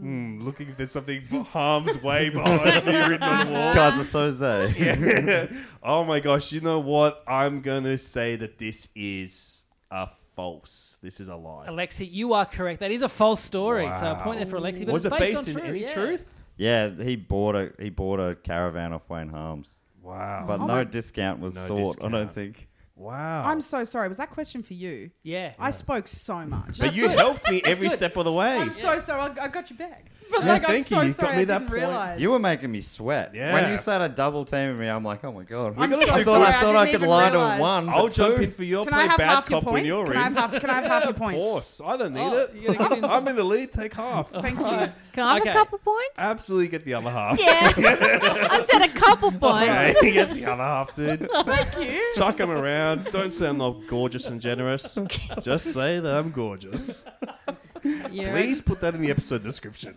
Hmm, looking if there's something b- Harms way behind me written on the wall. Kaiser Soze. oh my gosh! You know what? I'm gonna say that this is a false. This is a lie. Alexi, you are correct. That is a false story. So a point there for Alexi. But Was it it's based, based in on any yeah. truth? Yeah, he bought a he bought a caravan off Wayne Harms, Wow. Oh. but no discount was No sought. I discount. don't think. Wow. I'm so sorry. Was that question for you? Yeah. I spoke so much. but you helped me every good. step of the way. I'm so sorry. I, I got you back. But Yeah, like, I'm thank so you. You got sorry. me I that didn't point. realize. You were making me sweat. Yeah. When you started double teaming me, I'm like, oh my god. I'm I so thought sorry, I I thought I, didn't could even lie realise. to one. I'll but jump two- in for your can play I have bad half your cop when point? you're Can in. I have half? Can I have half your of point? course. I don't need Oh, you it. gotta get in- I'm in the lead. Take half. Thank you. Can I have Okay. a couple points? Absolutely get the other half. yeah. I said a couple points. Okay, get the other half, dude. Thank you. Chuck them around. Don't say I'm not gorgeous and generous. Just say that I'm gorgeous. You're- Please put that in the episode description.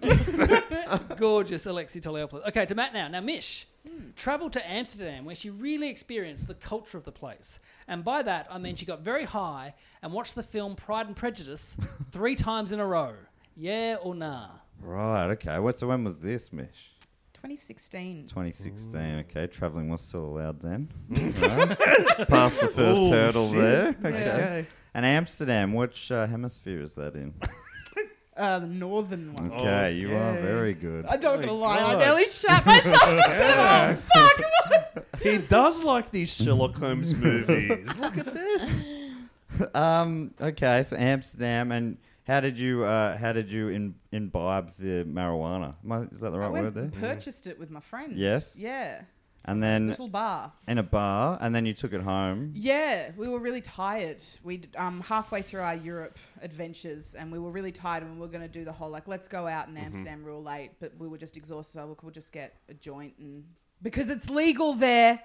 Gorgeous Alexi Toliopoulos. Okay, to Matt now. Now, Mish travelled to Amsterdam where she really experienced the culture of the place. And by that, I mean she got very high and watched the film Pride and Prejudice three times in a row. Yeah or nah? Right, okay. What, so when was this, Mish? 2016. 2016. Okay, traveling was still allowed then. Right. Past the first hurdle there. Okay. And Amsterdam, which uh, hemisphere is that in? Uh, the northern one. Okay, you are very good. I'm not gonna lie. Oh God. I nearly shat myself. Just yeah. oh, fuck. he does like these Sherlock Holmes movies. Look at this. Um, okay, so Amsterdam, and how did you uh, how did you in, imbibe the marijuana? Am I, is that the I right went word there? and purchased it with my friend. Yes. Yeah. And then Little bar. in a bar, and then you took it home. Yeah, we were really tired. We um halfway through our Europe adventures, and we were really tired, and we were going to do the whole like let's go out in Mm-hmm. Amsterdam real late, but we were just exhausted. So look, we'll just get a joint and because it's legal there,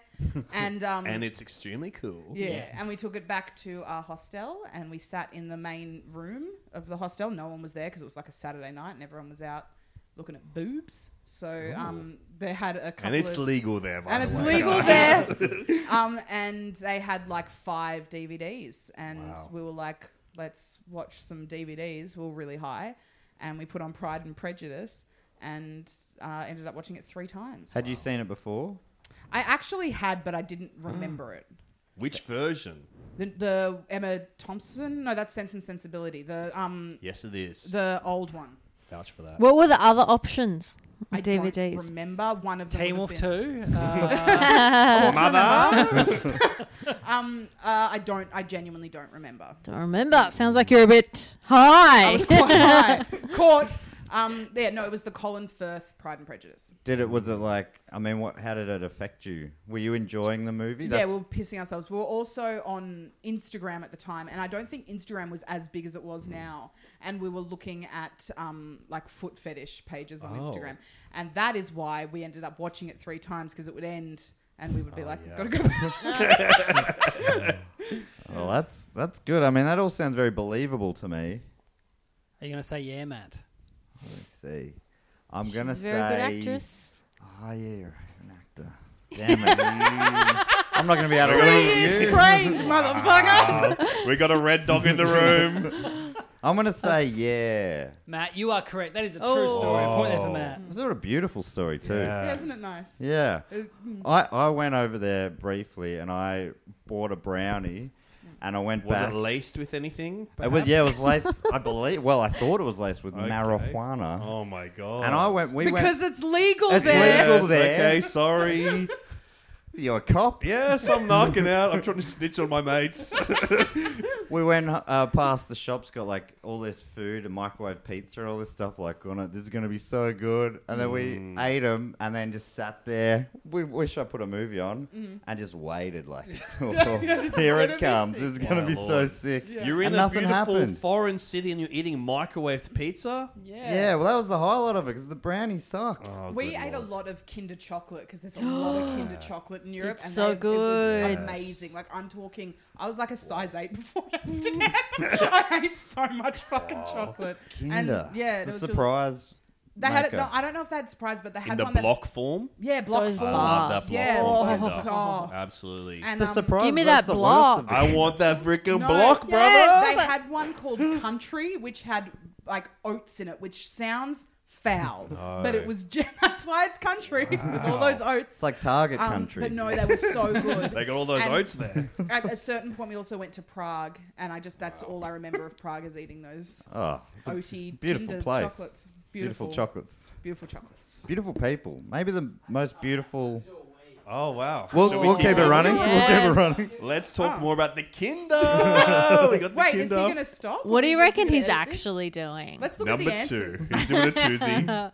and um And it's extremely cool. yeah, and we took it back to our hostel, and we sat in the main room of the hostel. No one was there because it was like a Saturday night, and everyone was out looking at boobs. So um they had a couple And it's of, legal there, by and the it's way. legal there. um, and they had like five DVDs, and we were like, let's watch some DVDs. We were really high, and we put on Pride and Prejudice, and uh, ended up watching it three times. Had you seen it before? I actually had, but I didn't remember it. Which version? The, the Emma Thompson? No, that's Sense and Sensibility. The um, Yes, it is. the old one. Vouch for that. What were the other options? on I don't DVDs. remember one of them. Team would Wolf have been- 2. Uh, Oh, Mother. Um, uh, I don't. I genuinely don't remember. Don't remember. Sounds like you're a bit high. I was quite high. Caught. Um, yeah, no, it was the Colin Firth Pride and Prejudice. Did it? Was it like? I mean, what? How did it affect you? Were you enjoying the movie? yeah, That's- we were pissing ourselves. We were also on Instagram at the time, and I don't think Instagram was as big as it was Hmm. now. And we were looking at um, like foot fetish pages Oh. on Instagram, and that is why we ended up watching it three times because it would end, and we would Oh, be like, "Gotta go." back." Well, oh, that's that's good. I mean, that all sounds very believable to me. are you going to say yeah, Matt? Let's see. I'm She's gonna a very say. good actress. Oh yeah, you're an actor. Damn it. I'm not gonna be able to Three read years you. trained, motherfucker. Oh, we got a red dog in the room. I'm gonna say yeah. Matt, you are correct. That is a true Oh. story. Point there for Matt. This is a beautiful story too. Yeah, isn't it hmm. nice? Yeah. I, I went over there briefly and I bought a brownie and I went Was back. it laced with anything? It was yeah, it was laced. I believe. Well, I thought it was laced with marijuana. Oh my god. And I went. We Because went. it's legal It's there. Yes, legal. People there. okay, sorry. You're a cop. Yes, I'm knocking out. I'm trying to snitch on my mates. We went uh, past the shops, got like all this food and microwave pizza and all this stuff. Like, on it, this is going to be so good. And then Mm. we ate them and then just sat there. We wish I put a movie on Mm-hmm. and just waited. Like, here gonna it be comes. sick. It's going to My be so Oh, lord. sick. You're in and a nothing beautiful happened. foreign city and you're eating microwaved pizza. yeah. well, that was the highlight of it because the brownie sucked. Oh. We ate a lot of Kinder chocolate because there's a lot of Kinder chocolate in Europe. It's so they- It good. was amazing. Like I'm talking, I was like a size eight before Amsterdam. I ate so much fucking chocolate. Kinder. And yeah, it the was just- surprise. they had it. maker. No, I don't know if they had surprise, but they In had the one that- block form. yeah, block Those four. I love Bars. that block Yeah, form. oh, pizza. God. Absolutely. And, the um, surprise. Give me that's that the worst of block. it. I want that freaking no, block, brother. They had one called Country, which had like oats in it, which sounds foul, but it was gen- that's why it's country with all those oats. It's like Target Um, country. But no, they were so good. They got all those And- oats there. At a certain point, we also went to Prague, and I just that's all I remember of Prague is eating those oh, oaty beautiful Kinder place. chocolates. Beautiful, beautiful chocolates. Beautiful chocolates. Beautiful people. Maybe the most beautiful Oh wow. We'll, Shall we we'll keep keep it this? running. We'll Yes. keep it running. Let's talk Oh. more about the Kinder. we got the Wait, Kinder. is he going to stop? What do you Is he reckon gonna he's edit this? actually doing? Let's look Number at the two. answers. He's doing a twosie.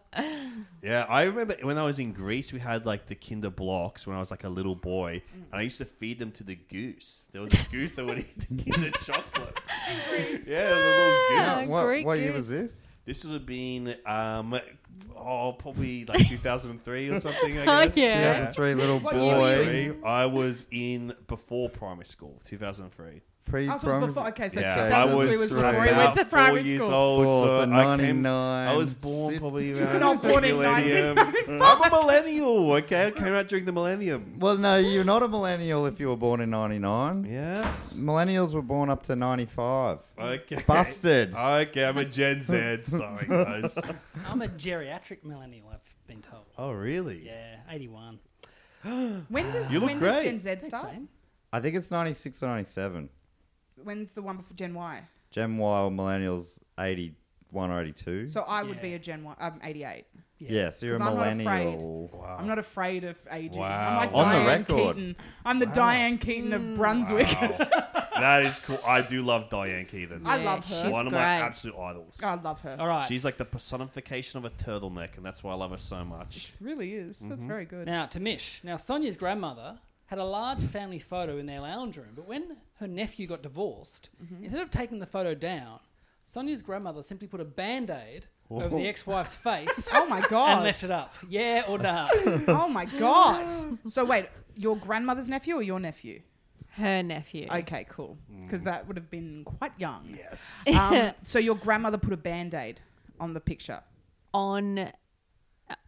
yeah, I remember when I was in Greece, we had like the Kinder blocks when I was like a little boy, and I used to feed them to the goose. There was a goose that would eat the Kinder chocolate. Yeah, it was a little Ah, goose. What, Greek what year was goose. this? This would have been, um, oh, probably like 2003 or something, I Oh, guess. yeah. Yeah, the three little What year were you boy. Three. I was in before primary school, 2003. Pre Oh, so it was before. Okay, so Yeah, I 2003 was, was right before he about went to four primary years school. Old, Four, so so I, came, 99. I was born Six- probably around not the born in millennium. I'm a millennial, okay? I came out during the millennium. Well, no, you're not a millennial if you were born in 99. Yes. Millennials were born up to 95. Okay. Busted. Uh, Okay, I'm a Gen Z. Sorry, guys. I'm a geriatric millennial, I've been told. Oh, really? Yeah, 81. When does You look when great. does Gen Z start? man. I think it's 96 or 97. When's the one before Gen Y? Gen Y or millennials, 81 or 82. So I would be Yeah. a Gen Y. I'm 88. yeah. so you're a 'Cause I'm not afraid. millennial. I'm not afraid of aging. Wow. I'm like On the Diane record. Keaton. I'm the Diane Keaton Mm. of Brunswick. that is cool. I do love Diane Keaton. I love her. she's One of my great. absolute idols. I love her. All right. She's like the personification of a turtleneck, and that's why I love her so much. It really is. That's very good. Now to Mish. Now Sonia's grandmother had a large family photo in their lounge room, but when her nephew got divorced, instead of taking the photo down, Sonia's grandmother simply put a band-aid over the ex-wife's face Oh my and left it god. up. Yeah or nah? oh my god. So wait, your grandmother's nephew or your nephew? Her nephew. Okay, cool. Because that would have been quite young. Yes. Um, so your grandmother put a band aid on the picture, On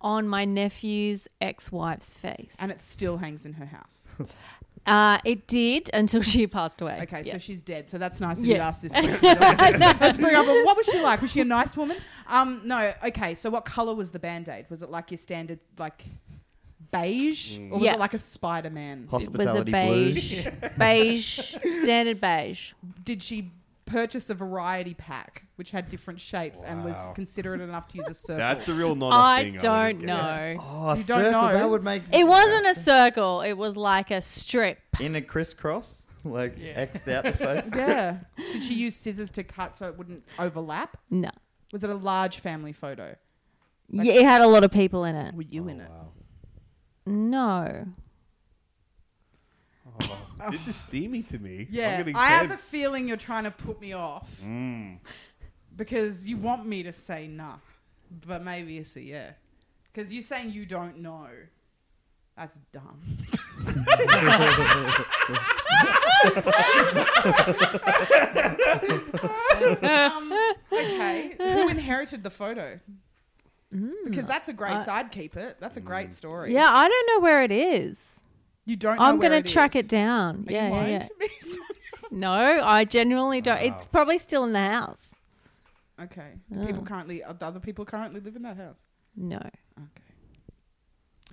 on my nephew's ex-wife's face. and it still hangs in her house. uh, it did until she passed away. Okay, Yeah. so she's dead. So that's nice that you Yeah. asked this question. Let's bring up. What was she like? Was she a nice woman? Um, no. Okay, so what color was the band aid? Was it like your standard like beige, or was Yeah. it like a Spider Man? it was a Hospitality blues. beige, beige, standard beige. Did she purchase a variety pack which had different shapes and was Wow. considerate enough to use a circle? That's a real non I thing. would don't know. guess. Oh, You you don't circle, know. That would make It wasn't a circle. It was like a strip. in a crisscross, like X'd out the face. yeah. Did she use scissors to cut so it wouldn't overlap? No. Was it a large family photo? Yeah, it had a lot of people in it. Were you in it? No. This is steamy to me. Yeah, I'm getting Mm. I have a tense. feeling you're trying to put me off because you want me to say nah, but maybe it's a yeah. Because you're saying you don't know. That's dumb. um, okay, who inherited the photo? Because that's a great side. Keep it. That's a Mm. great story. Mm. Yeah, I don't know where it is. you don't. Know I'm where gonna track is. it down. Are you yeah, yeah, lying yeah. to me, Sonia? No, I genuinely don't. It's probably still in the house. Okay. Do people currently, uh, do other people currently live in that house? No. Okay.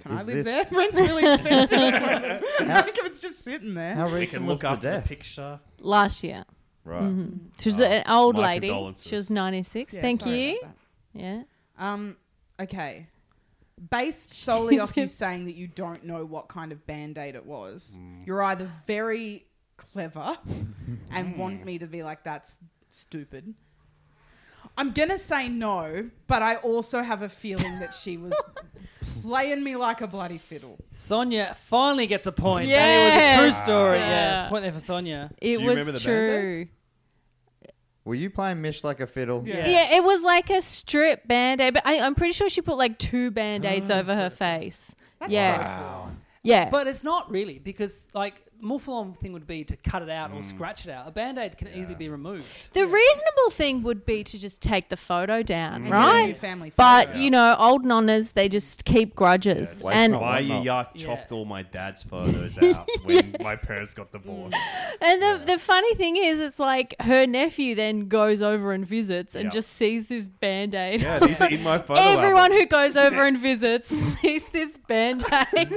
Can I Is live there? this- Rent's really expensive. like if it's just sitting there. How We recent can was look the up the death? picture. Last year. right. Mm-hmm. She was an old Uh, my lady. condolences. She was 96. Yeah, Thank sorry you. about Yeah. that. Um, okay. Based solely off you saying that you don't know what kind of band aid it was, Mm. you're either very clever and want me to be like, that's stupid. I'm going to say no, but I also have a feeling that she was playing me like a bloody fiddle. Sonia finally gets a point. Yes. That it was a true story. Wow. Yeah, it's a point there for Sonia. It Do you remember the was true. Were you playing Mish like a fiddle? Yeah. Yeah. it was like a strip band aid, but I, I'm pretty sure she put like two band aids Mm, over her face. That's yeah. so full Yeah. But it's not really because like more full-on thing would be to cut it out or scratch it out. A band-aid can easily be removed. the reasonable thing would be to just take the photo down, And get a new right? family But photo. you know, old nonnas they just keep grudges, Yeah, and Oh, Why wow. your yacht Yeah. chopped all my dad's photos out when my parents got divorced. and the, the funny thing is, it's like her nephew then goes over and visits and Yeah. just sees this band aid. Yeah, these are in my photo Everyone album. who goes over and visits sees this band aid.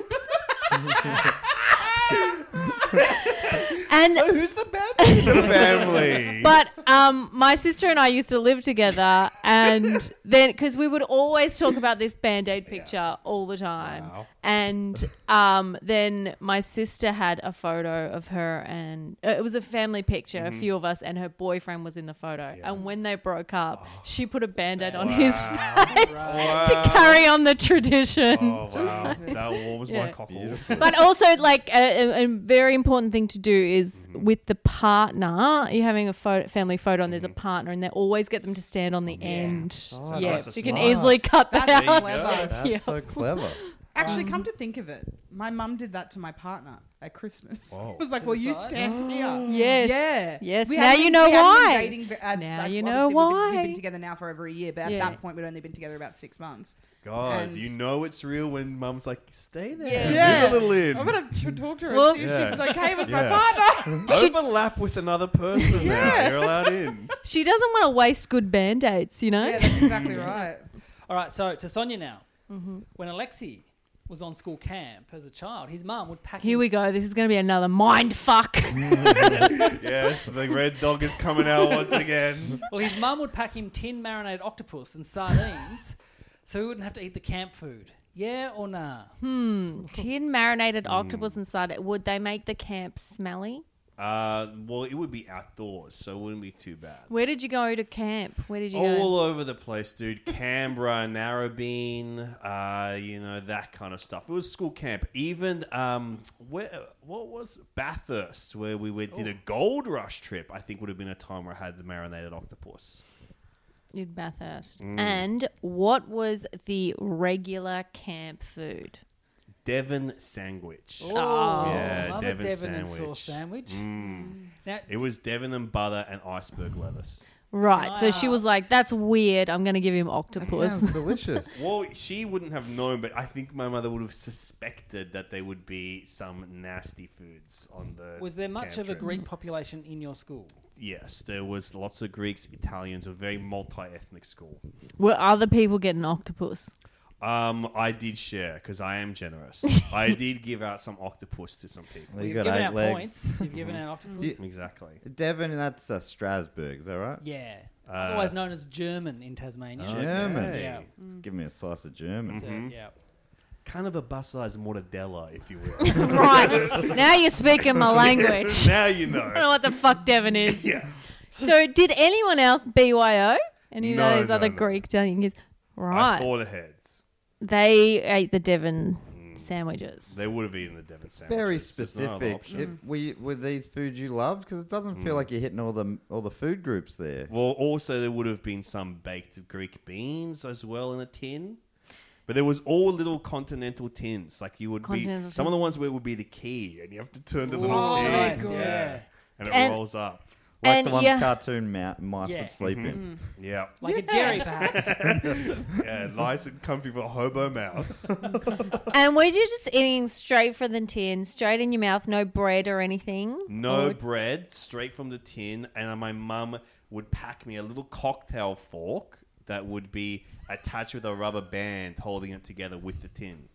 And So Oh, who's the bad boy in the family? But um, my sister and I used to live together, and then because we would always talk about this band aid picture all the time, and um, then my sister had a photo of her, and uh, it was a family picture, Mm-hmm. a few of us, and her boyfriend was in the photo. And when they broke up, Oh. she put a band aid on his face to carry on the tradition. Oh wow, that warms my Yeah. cockles. But also, like a, a, a very important thing to do is Mm-hmm. with the partner. You're having a photo, family photo, and there's a partner, and they always get them to stand on the end. Oh, yeah, Mm-hmm. that's so a you can smart. easily cut that That's out. clever. That's Yeah. so clever. Actually, come to think of it, my mum did that to my partner at Christmas. I was like, "Well, you stand here." Yes. Yeah. Oh. Yes. We now hadn't you been- know we hadn't been why. dating ve- uh, Now like, you know obviously we've been- We've why. been together now for over a year, but at Yeah. that point, we'd only been together about six months. God, And- you know it's real when mum's like, "Stay there, Yeah. live a little in." I'm gonna tr- talk to her Well- and see if Yeah. she's okay with my Yeah. partner. Overlap with another person now. You're allowed in. She doesn't want to waste good band aids, you know? yeah, that's exactly right. All right, so to Sonia now. Mm-hmm. When Alexei was on school camp as a child, his mum would pack. Here him- we go. This is going to be another mind fuck. Yes, the red dog is coming out once again. Well, his mum would pack him tin marinated octopus and sardines, so he wouldn't have to eat the camp food. Yeah or nah? Hmm. Tin marinated Mm. octopus inside it. Would they make the camp smelly? Uh, well, it would be outdoors, so it wouldn't be too bad. Where did you go to camp? Where did you go? Oh, all over the place, dude. Canberra, Narrabeen, uh, you know that kind of stuff. It was school camp. Even um, where what was Bathurst, where we went, did a Oh. gold rush trip. I think would have been a time where I had the marinated octopus. You'd Bathurst. Mm. And what was the regular camp food? Devon sandwich. Yeah, Love Devon a Oh, Devon and sauce sandwich. sandwich. Now, It was Devon and butter and iceberg lettuce. Right. I So she was ask? like, that's weird. I'm going to give him Sounds octopus. delicious. Well, she wouldn't have known, but I think my mother would have suspected that there would be some nasty foods on the. was there much camp of a trip. Greek population in your school? Yes, there was lots of Greeks, Italians, a very multi-ethnic school. Were other people getting octopus? Um, I did share because I am generous. I did give out some octopus to some people. Well, you You've got given eight out legs. points. You've given out Mm-hmm. octopus. You- Exactly. Devon, that's uh, Strasbourg, is that right? Yeah. Otherwise known as German in Tasmania. German. Okay. Yeah. Mm. Give me a slice of German. So, yeah. Kind of a bus-sized mortadella, if you will. right. Now you're speaking my language. now you I don't know know. what the fuck Devon is. Yeah. So did anyone else BYO? Any No, of those no, other no. Greek Dunkingies? I Right. thought ahead. They ate the Devon sandwiches. They would have eaten the Devon sandwich. Very specific. It- were, you- were these foods you loved? Because it doesn't feel like you're hitting all the all the food groups there. Mm. Well, also there would have been some baked Greek beans as well in a tin. But there was all little continental tins. Like you would Continental be some of the tins. ones where it would be the key, and you have to turn the little Oh, key, nice. yeah, Yeah. and it And- rolls up. Like And the ones yeah. Mm. cartoon ma- mice Yeah. would Mm-hmm. sleep in. Yeah, Like a Jerry, perhaps. yeah, nice and comfy for a hobo mouse. And were you just eating straight from the tin, straight in your mouth, no bread or anything? No Or- bread, straight from the tin, and my mum would pack me a little cocktail fork that would be attached with a rubber band holding it together with the tin.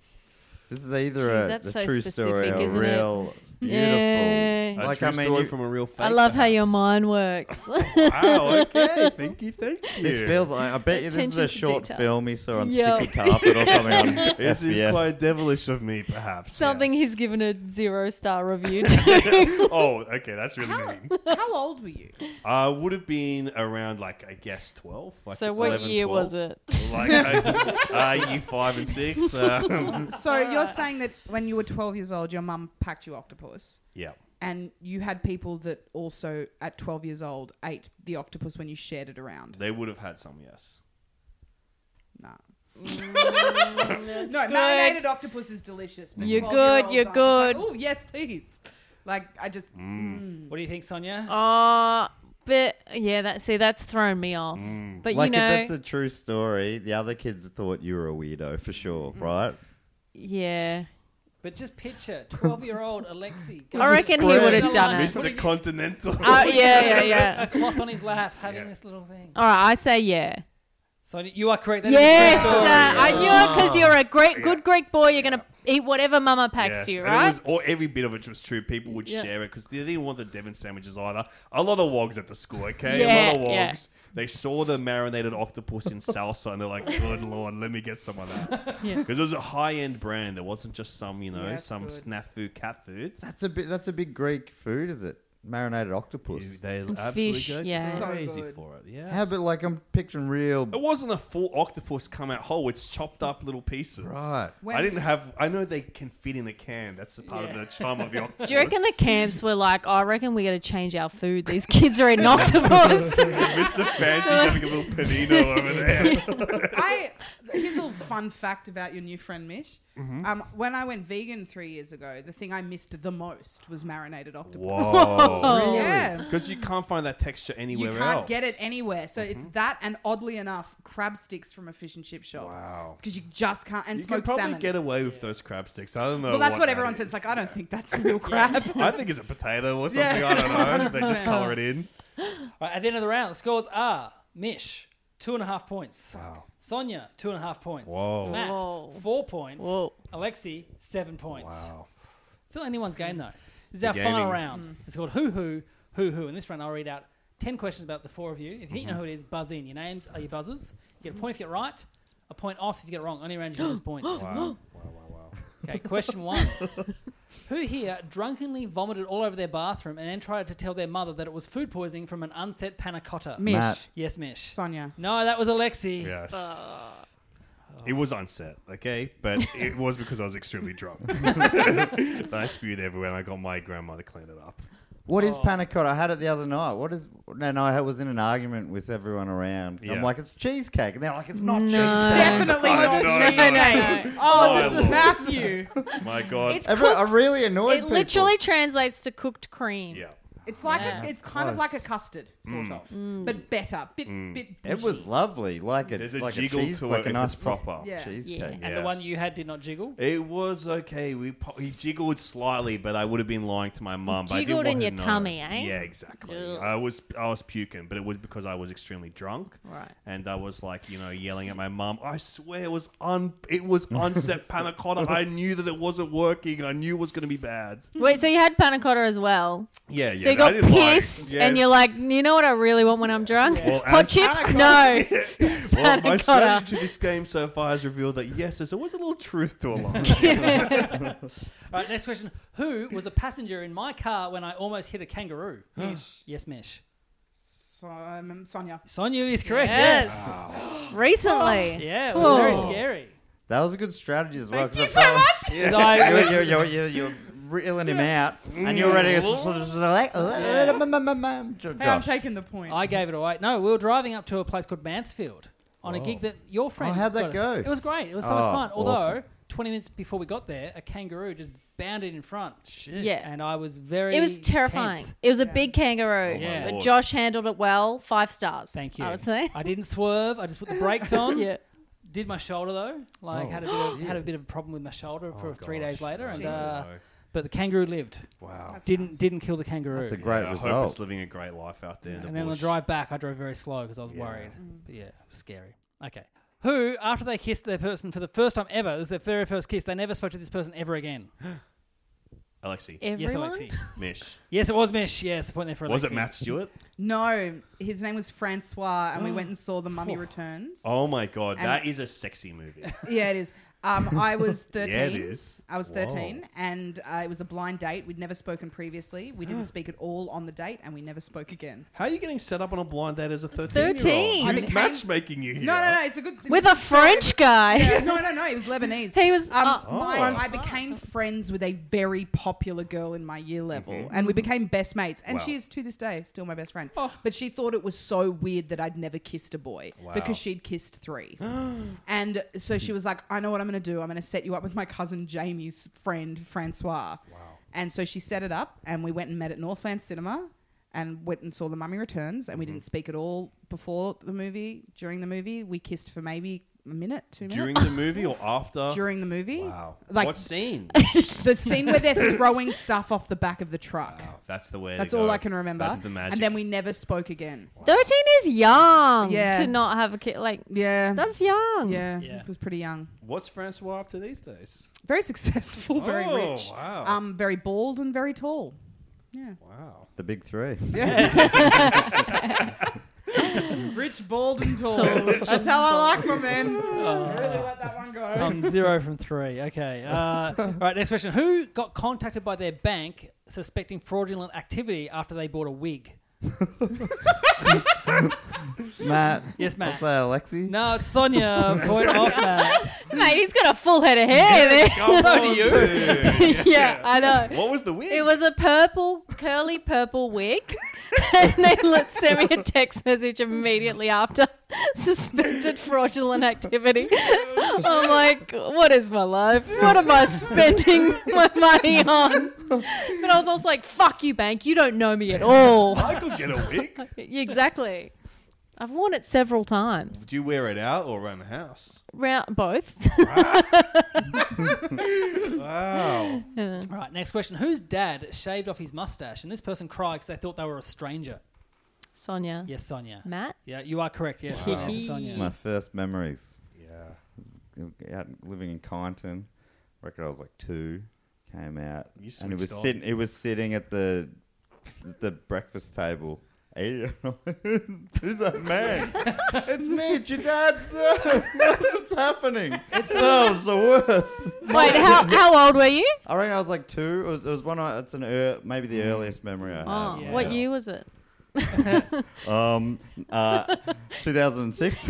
This is either Jeez, a, that's a so true story specific, or a isn't it? real beautiful. Yeah. A Like true I mean, story you- from a real fake. I love how your perhaps. mind works. Wow, okay. Thank you, thank you. this feels like I bet you this is Attention a to short detail. film he saw on Yeah. sticky carpet or something. On This is SBS. quite devilish of me, perhaps. Something yes. he's given a zero star review to. Oh, okay, that's really mean. How old were you? I would have been around, like, I guess 12. Like so what 11, year 12. was it? Like, uh, uh, year five and six. Um, So you're saying that when you were 12 years old, your mum packed you octopus, yeah. and you had people that also at 12 years old ate the octopus when you shared it around. They would have had some, yes. Nah. Mm, no, marinated octopus is delicious. But You're 12-year-olds good, you're aren't. It's good. Like, oh yes, please. Like I just Mm. what do you think, Sonia? Oh, but yeah, that see, that's thrown me off. Mm. But Like you know, if that's a true story, the other kids thought you were a weirdo for sure, Mm. right? yeah, But just picture 12 year old Alexei. I reckon he would have done it. Mr. Continental. Oh yeah, yeah, yeah. A cloth on his lap having Yeah. this little thing. All right, I say yeah. So you are correct. That is a true Yes, story. uh, I knew it because you're a great, good Greek boy. You're gonna eat whatever mama packs Yes, you, and it right? was- or every bit of it was true. People would Yeah. share it because they didn't want the Devon sandwiches either. A lot of wogs at the school, okay? a lot of Yeah, yeah. wogs. They saw the marinated octopus in salsa and they're like, good lord, let me get some of that. Because it was a high end brand. There wasn't just some, you know, Yeah, it's some good. snafu cat food. That's a bit. That's a big Greek food, is it? Marinated octopus. They absolutely fish, go yeah. So crazy good. for it. Yeah. How about like I'm picturing real. It wasn't a full octopus come out whole. It's chopped up little pieces. Right. When- I didn't have. I know they can fit in a can. That's the part of the charm of the octopus. Do you reckon the camps were like, oh, I reckon we got to change our food. These kids are eating octopus. Mr. Fancy's having a little panino over there. I here's a little fun fact about your new friend Mish. Mm-hmm. Um, when I went vegan three years ago, the thing I missed the most was marinated octopus. Whoa. Yeah. Because you can't find that texture You anywhere can't else. Mm-hmm. get it anywhere. So it's that, and oddly enough, crab sticks from a fish and chip shop. Wow. Because you just can't. And You can smoked probably salmon. get away with those crab sticks. I don't know. well, that's what what, that everyone is. says. Like, I don't think that's real crab. I think it's a potato or Yeah. something. I don't know. They just color it in. Right, at the end of the round, the scores are Mish, two and a half points. Sonia, two and a half points. Whoa. Matt, Whoa. four points. Whoa. Alexi, seven points. Wow. Still anyone's game, though. This is The our final gaming. round. Mm. It's called Who Who, Who Who. In this round, I'll read out 10 questions about the four of you. If you think you Mm-hmm. know who it is, buzz in. Your names are your buzzers. You get a point if you get it right, a point off if you get it wrong. Only round you lose points. Wow. wow, wow, wow. Okay, question one. Who here drunkenly vomited all over their bathroom and then tried to tell their mother that it was food poisoning from an unset panna cotta? Mish, Matt. Yes, Mish. Sonia. No, that was Alexi. Yes. It was on set, okay? But it was because I was extremely drunk. I spewed everywhere and I got my grandmother clean it up. What Oh. is panna cotta? I had it the other night. What is? No, no. I was in an argument with everyone around. Yeah. I'm like, it's cheesecake, and they're like, it's not No. cheesecake. Definitely Oh, not. no, cheese. no, no. Oh, My this is lord. Matthew. My God. It's Everyone, cooked. I'm really annoyed. it literally translates to cooked cream. yeah. It's like Yeah. a, it's kind of Close. like a custard, Mm. sort of, but better, bit bit. It bushy. was lovely. Like a There's a like jiggle a cheese, to like it a if nice it's proper. Yeah. cheesecake. Yeah. And the one Yes. you had did not jiggle? It was okay. We po- he jiggled slightly, but I would have been lying to my mum. but I didn't Jiggled want in her your to know. tummy, eh? Yeah, exactly. Ugh. I was I was puking, but it was because I was extremely drunk, Right. And I was like, you know, yelling at my mum. I swear it was un it was unset panna cotta. I knew that it wasn't working. I knew it was going to be bad. Wait, so you had panna cotta as well. Yeah, yeah. so you I got didn't lie. pissed Yes. and you're like, you know what I really want when I'm drunk? Well, Hot as- chips? No. Well, panna my cotta. strategy to this game so far has revealed that yes, there's always a little truth to a lie. All right, next question. Who was a passenger in my car when I almost hit a kangaroo? Mish. Yes, Mish. So, um, Sonia. Sonia is correct. Yes. Yes. Recently. Yeah, it was very Oh. scary. That was a good strategy as well. Thank 'cause you I so felt- much. I- You're, you're, you're, you're, you're reeling him out, and you're ready to sort of like, uh, Hey, I'm Josh. taking the point. I gave it away. No, we were driving up to a place called Mansfield on a gig that your friend. Oh, how'd that got us. go? It was great. It was so Oh, much fun. Although, awesome. 20 minutes before we got there, a kangaroo just bounded in front. Shit. Yeah. And I was very. It was terrifying. tense. It was a big kangaroo. Yeah. But lord. Josh handled it well. Five stars. Thank you. I would say. I didn't swerve. I just put the brakes on. yeah. Did my shoulder though. Oh, Like had a bit of, had a bit of a problem with my shoulder for three days later, and uh, but the kangaroo lived. wow. didn't didn't kill the kangaroo. That's a great I hope it's result. living a great life out there. in the And then on the bush. drive back, I drove very slow because I was worried. But yeah, it was scary. Okay. Who, after they kissed their person for the first time ever, this is their very first kiss, they never spoke to this person ever again? Alexi, Yes, Everyone. Alexi. Mish, Yes, it was Mish. Yes, a point there for Alexi. was it Matt Stewart? No, his name was Francois, and we went and saw The Mummy Returns. Oh my god, And- that is a sexy movie. Yeah, it is. Um, I was 13. Yeah, it is. I was Whoa. 13, and uh, it was a blind date. We'd never spoken previously. We didn't speak at all on the date, and we never spoke again. How are you getting set up on a blind date as a 13 13. year I old? Who's became- matchmaking you here? No, no, no. It's a good. it's With good a French guy. story. no, no, no. He was Lebanese. He was- Um, oh. my, I became friends with a very popular girl in my year level, and we became best mates. And she Mm-hmm. Wow. is to this day still my best friend. Oh. But she thought it was so weird that I'd never kissed a boy Wow. because she'd kissed three. and so Mm-hmm. she was like, "I know what I'm going to do. I'm going to set you up with my cousin Jamie's friend Francois." Wow. And so she set it up, and we went and met at Northland Cinema. And went and saw Mm-hmm. The Mummy Returns, and we didn't speak at all before the movie, during the movie. We kissed for maybe a minute, two minutes During the movie or after? during the movie. Wow. Like- what scene? The scene where they're throwing stuff off the back of the truck. Wow, that's the way. to That's all go. I can remember. That's the magic. And then we never spoke again. Thirteen is young Yeah. to not have a kid. Like Yeah. that's young. yeah, Yeah. It was pretty young. What's Francois up to these days? Very successful, very Oh, rich. wow. Um, very bald and very tall. Yeah. Wow. The big three. Rich, bald, and tall. Tall, That's how I like my man. Oh. I really let that one go. Um, zero from three. Okay. Uh, all right. Next question. Who got contacted by their bank suspecting fraudulent activity after they bought a wig? Matt. Yes, Matt. I'll say Alexi. No, it's Sonia. Point off, Matt. Mate, he's got a full head of hair so do you. there. yeah, I know. what was the wig? It was a purple, curly purple wig. and they let, sent me a text message immediately after suspected fraudulent activity. I'm like, what is my life? What am I spending my money on? But I was also like, fuck you, bank. You don't know me at all. I could get a wig. exactly. I've worn it several times. Do you wear it out or around the house? Round both. Oh. Wow. All right. Next question. Whose dad shaved off his mustache and this person cried because they thought they were a stranger? Sonia. Yes, Sonia. Matt? Yeah, you are correct. Yes, point there for Sonia. My first memories. yeah. Out living in Kyneton. reckon I was like two. Came out. You and it was switched on. sitting it was sitting at the the breakfast table. Ate it. Who's that man? it's me, it's your dad. What's happening? It's that was the worst. Wait, how, how old were you? I reckon I was like two. It was, it was one. I, it's an ear, maybe Mm. the earliest memory I have. Oh, Yeah. what year was it? Um, uh, 2006.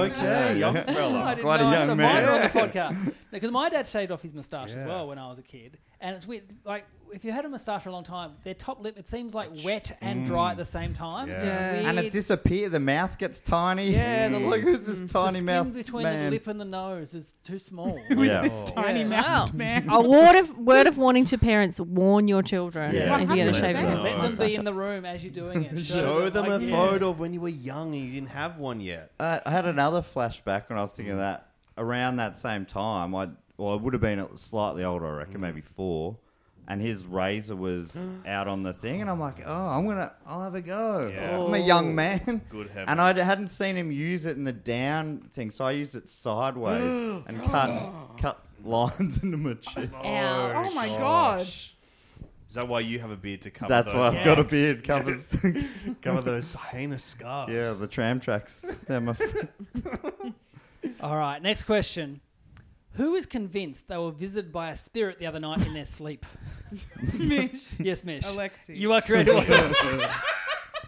okay. Young fella. I didn't Quite a know I young had man. minor on the podcast. Because my dad shaved off his moustache as Yeah. well when I was a kid, and it's weird. Like if you had a moustache for a long time, their top lip it seems like wet and dry at the same time. It's just Yeah. weird. mm. and it disappears. The mouth gets tiny. Yeah, and the- Mm. look who's this The tiny skin mouth between man. the lip and the nose is too small. Yeah. Tiny Yeah. Wow. mouthed Oh man. A word of word of warning to parents: warn your children Yeah. if you get a 100%. shaved No. head. Let them Sasha. be in the room as you're doing it. Show them a like, yeah. photo of when you were young and you didn't have one yet. I I had another flashback when I was thinking Mm. of that around that same time. I well, I would have been slightly older, I Mm. reckon, maybe four. And his razor was out on the thing, and I'm like, oh, I'm gonna, I'll have a go. Yeah. I'm a Oh. young man. Good And I heavens. hadn't seen him use it in the down thing, so I used it sideways and cut cut lines into my cheek. Ow. Oh my gosh. Is that why you have a beard to cover That's those? why I've got a marks? beard covers. cover those heinous scars. yeah, the tram tracks. They're my fr- All right, next question. Who is convinced they were visited by a spirit the other night in their sleep? Mish. Yes, Mish. Alexi. You are correct.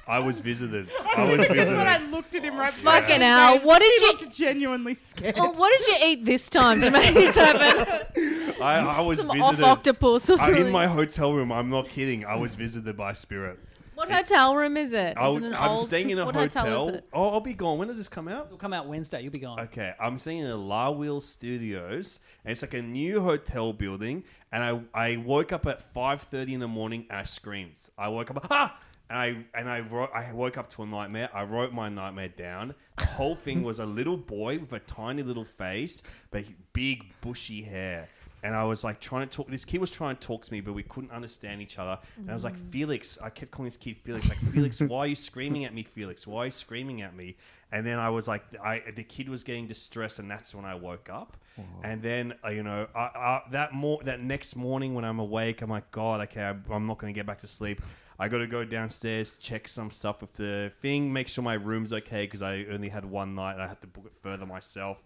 I was visited. I was That's when I visited. looked at him right Fucking hell! What did He you? looked genuinely scared. Oh, what did you eat this time to make this happen? I, I was Some off visited. octopus or I'm something. in my hotel room. I'm not kidding. I was visited by spirit. what hotel room is it? Is I, it an am old- staying in a what hotel. is it? Oh, I'll be gone. When does this come out? You'll come out Wednesday. You'll be gone. Okay, I'm staying in the La Will Studios, and it's like a new hotel building. And I, I woke up at 5:30 in the morning. And I screamed. I woke up. Ah! And I and I wrote, I woke up to a nightmare. I wrote my nightmare down. The whole thing was a little boy with a tiny little face, but he- big bushy hair. And I was like trying to talk. This kid was trying to talk to me, but we couldn't understand each other. And I was like, Felix, I kept calling this kid Felix. Like, Felix, why are you screaming at me, Felix? Why are you screaming at me? And then I was like, I the kid was getting distressed, and that's when I woke up. And then uh, you know, I, I, that more that next morning when I'm awake, I'm like, God, okay, I, I'm not going to get back to sleep. I got to go downstairs, check some stuff with the thing, make sure my room's okay because I only had one night and I had to book it further myself.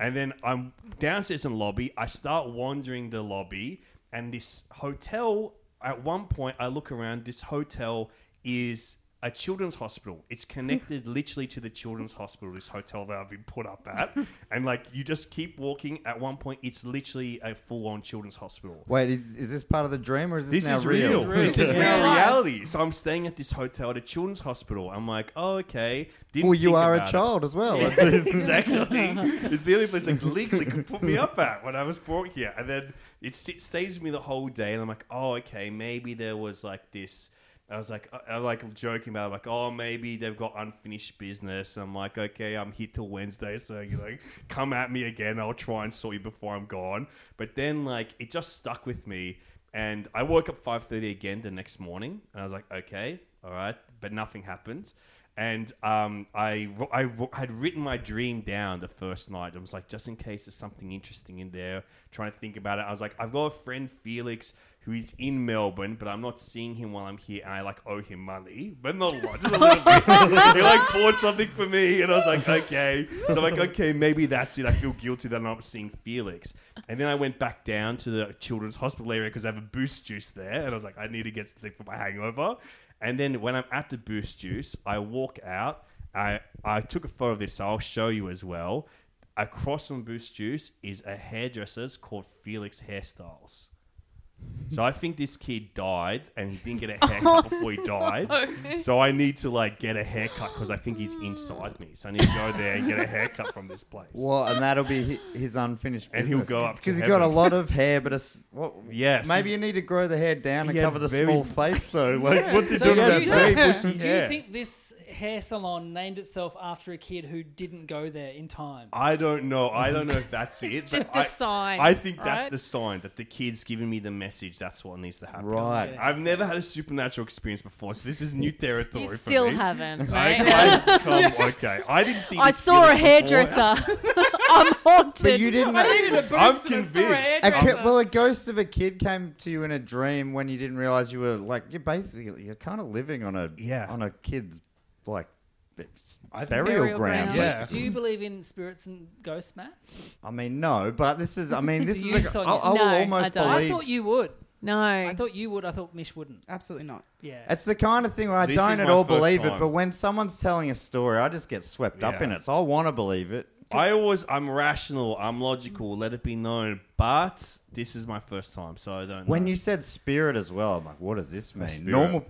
And then I'm downstairs in the lobby. I start wandering the lobby, and this hotel. At one point, I look around. This hotel is a children's hospital. It's connected literally to the children's hospital, this hotel that I've been put up at. And like you just keep walking. At one point, it's literally a full on children's hospital. Wait, is, is this part of the dream or is this, This now is real. This is Yeah. now Yeah. reality. So I'm staying at this hotel at a children's hospital. I'm like, oh, okay. Didn't Well, you think are a about it. child as well. exactly. It's the only place they legally could put me up at when I was brought here. And then it, s- it stays with me the whole day. And I'm like, oh, okay, maybe there was like this I was like, I, I like joking about it, like, oh, maybe they've got unfinished business. I'm like, okay, I'm here till Wednesday, so you like, come at me again. I'll try and sort you before I'm gone. But then like, it just stuck with me, and I woke up 5:30 again the next morning, and I was like, okay, all right, but nothing happened. And um, I, I had written my dream down the first night. I was like, just in case there's something interesting in there, trying to think about it. I was like, I've got a friend, Felix, who is in Melbourne, but I'm not seeing him while I'm here, and I like owe him money, but not a lot, just a little bit. he like bought something for me, and I was like, okay. So I'm like, okay, maybe that's it. I feel guilty that I'm not seeing Felix. And then I went back down to the children's hospital area because I have a boost juice there, and I was like, I need to get something for my hangover. And then when I'm at the boost juice, I walk out. I I took a photo of this, so I'll show you as well. Across from Boost Juice is a hairdresser's called Felix Hairstyles. So I think this kid died and he didn't get a haircut before he died. So I need to like get a haircut because I think he's inside me. So I need to go there and get a haircut from this place. Well, and that'll be hi- his unfinished And business. he'll go up to because he's got a heaven. lot of hair, but it's what? Yes. Maybe you need to grow the hair down and Yeah, cover the very- small face though. Like, what's he So doing do with that you- very do bushy you hair? think this hair salon named itself after a kid who didn't go there in time? I don't know. I don't know if that's it. It's just a a sign, I think that's right? the sign that the kid's giving me the message. That's what needs to happen. Right. I've never had a supernatural experience before, so this is new territory You for still me. haven't. I, Right? I- come- okay. I didn't see. I this saw a feeling hairdresser. before. I'm haunted. But you didn't. I needed a boost. I'm and I saw a convinced. A hairdresser. ki- well, a ghost of a kid came to you in a dream when you didn't realize you were like you're basically you're kind of living on a Yeah. on a kid's like it's I think- burial, Burial ground. ground. Yeah. Do you believe in spirits and ghosts, Matt? I mean, no, but this is. I mean, this Do is. you, Like, I, Sonia? I will No, I almost don't. I believe. thought you would. no. I thought you would. I thought Mish wouldn't. Absolutely not. Yeah. It's the kind of thing where I This is don't at my all first believe time. it, but when someone's telling a story, I just get swept up Yeah. in it. So I want to believe it. I always. I'm rational. I'm logical. Let it be known. But this is my first time, so I don't. When know. you said spirit as well, I'm like, what does this mean? spirit. Mm. Normally,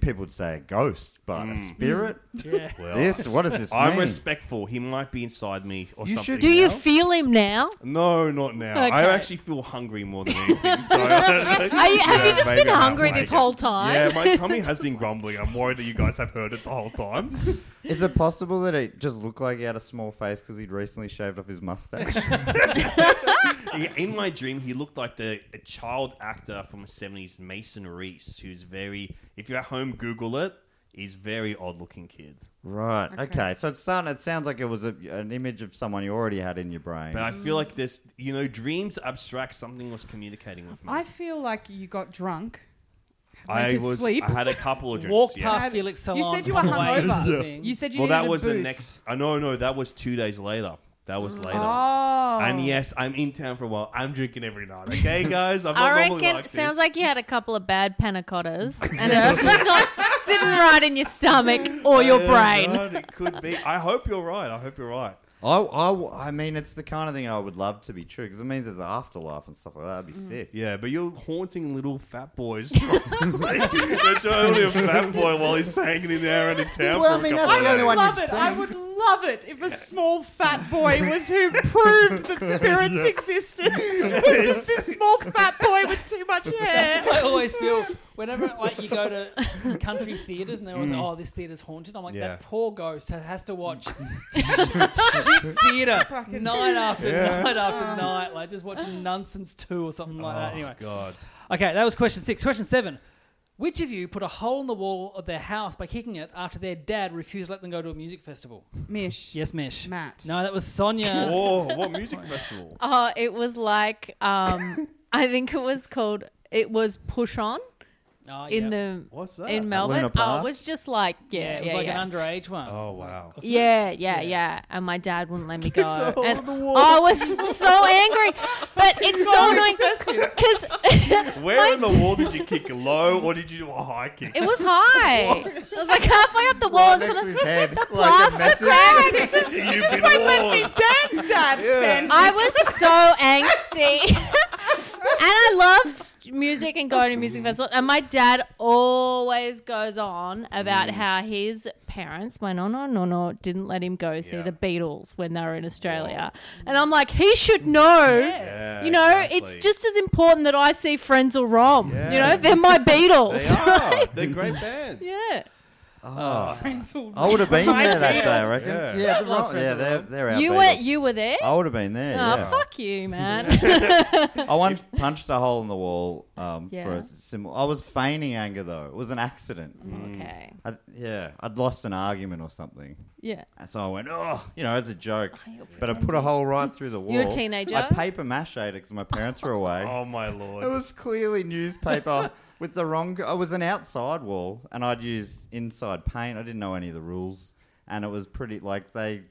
people would say a ghost, but a spirit. yeah. This, what does this I'm mean? respectful. He might be inside me or You something. should- Do you No? feel him now? No, not now. I Okay. actually feel hungry more than anything. So Are Are you, have you just been hungry this whole time? Yeah, my tummy has been grumbling. I'm worried that you guys have heard it the whole time. Is it possible that it just looked like he had a small face because he'd recently shaved off his mustache? Yeah, In my dream, he looked like the a child actor from the 70s, Mason Reese, who's very, if you're at home, Google it. He's very odd looking kid. right. Okay. So it's starting. It sounds like it was a, an image of someone you already had in your brain. But I feel like this, you know, dreams abstract. Something was communicating with me. I feel like you got drunk. I went to was, sleep. I had a couple of drinks. Walk yeah. past Felix Salon. You said you were on the way to hungover. the thing. You said you Well, needed that was a boost. the next. Uh, no, no, that was two days later. That was later. Oh. And yes, I'm in town for a while. I'm drinking every night. Okay, guys, I'm not I normally reckon like sounds this. like you had a couple of bad panna cottas, and it's just not sitting right in your stomach or your Oh, Yeah, brain. right, it could be. I hope you're right. I hope you're right. I, I, I mean, it's the kind of thing I would love to be true because it means there's an afterlife and stuff like that. That'd be Mm. sick. Yeah, but you're haunting little fat boys. you're totally a fat boy while he's hanging in there and in town Well, for I mean, a that's couple the of only days. one love you it. say. I would love it if a small fat boy was who proved that spirits existed. It was just this small fat boy with too much hair. I always feel whenever like you go to country theaters and they're always like, Mm. "Oh, this theater's haunted." I'm like, Yeah. that poor ghost ha- has to watch shit theater Fucking- night after night after night, like just watching Nonsense Two or something like Oh, that. Anyway, Oh, God. okay, that was question six. Question seven: Which of you put a hole in the wall of their house by kicking it after their dad refused to let them go to a music festival? Mish. Yes, Mish. Matt. No, that was Sonia. Oh, what music festival? Oh, it was like um, I think it was called. It was Push On Oh, in yeah. the What's that? in Melbourne. Luna Oh, Park? it was just like yeah, yeah, yeah, it was like yeah. an underage one. oh, wow. Yeah, yeah, yeah, Yeah. And my dad wouldn't let me go. hole and in the wall. I was so angry. But it's so annoying because Where in the wall did you kick? Low or did you do a high kick? it was high. it was like halfway up the wall, and Next to someone his head, like a plaster message. cracked. You've been warned. Dance dad. Ben. I was so angsty. and I loved music and going to music festivals. And my dad always goes on Mm. about how his parents, my no, no, no, no, didn't let him go see Yeah. the Beatles when they were in Australia. And I'm like, he should know Yeah. you know, exactly. it's just as important that I see Friends or Rom. You Yeah. know, they're my They Beatles. are. They're great bands. yeah. I would have been there that day, I reckon. Yeah. Yeah, the Rom- yeah they're, they're out You were you were there? Oh, I would have been there. Ah, yeah. fuck you, man. I once punched a hole in the wall um, for Yeah. a similar. I was feigning anger though. It was an accident. Mm. Mm. okay. I, yeah, I'd lost an argument or something. Yeah. And so I went, oh, you know, as a joke. you're but I put a hole right through the wall. You're a teenager? I paper mache it because my parents were away. Oh my It lord. was clearly newspaper with the wrong. It was an outside wall, and I'd used inside paint. I didn't know any of the rules, and it was pretty like they.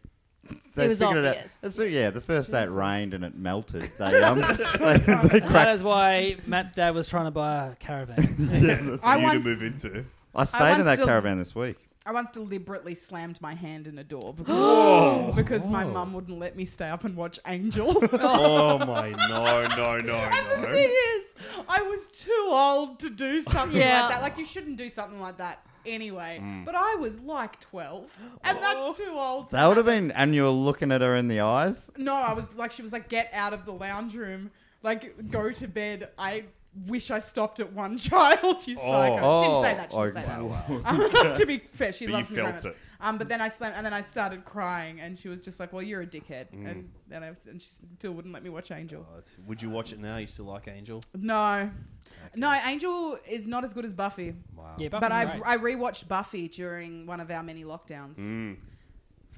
They It was figured obvious. it out. So yeah, the first day it rained and it melted. They um, they, they That cracked. is why Matt's dad was trying to buy a caravan. I you to once, move into. I stayed in once that still- caravan this week. I once deliberately slammed my hand in a door because, because my Oh. mum wouldn't let me stay up and watch Angel. Oh my no no no And the no. thing is, I was too old to do something Yeah. like that. Like you shouldn't do something like that anyway. Mm. But I was like twelve, and that's too old. That would have been, and you were looking at her in the eyes. No, I was like, she was like, get out of the lounge room, like go to bed. I wish I stopped at one child. You psycho. Oh, she didn't say that. She didn't oh, say that. Um, to be fair, she But you loves me. very felt much. it. Um, but then I slammed, and then I started crying, and she was just like, "Well, you're a dickhead," Mm. and then I was, and she still wouldn't let me watch Angel. Would you watch it now? You still like Angel? No, no, Angel is not as good as Buffy. yeah, but I've I rewatched Buffy during one of our many lockdowns. Mm.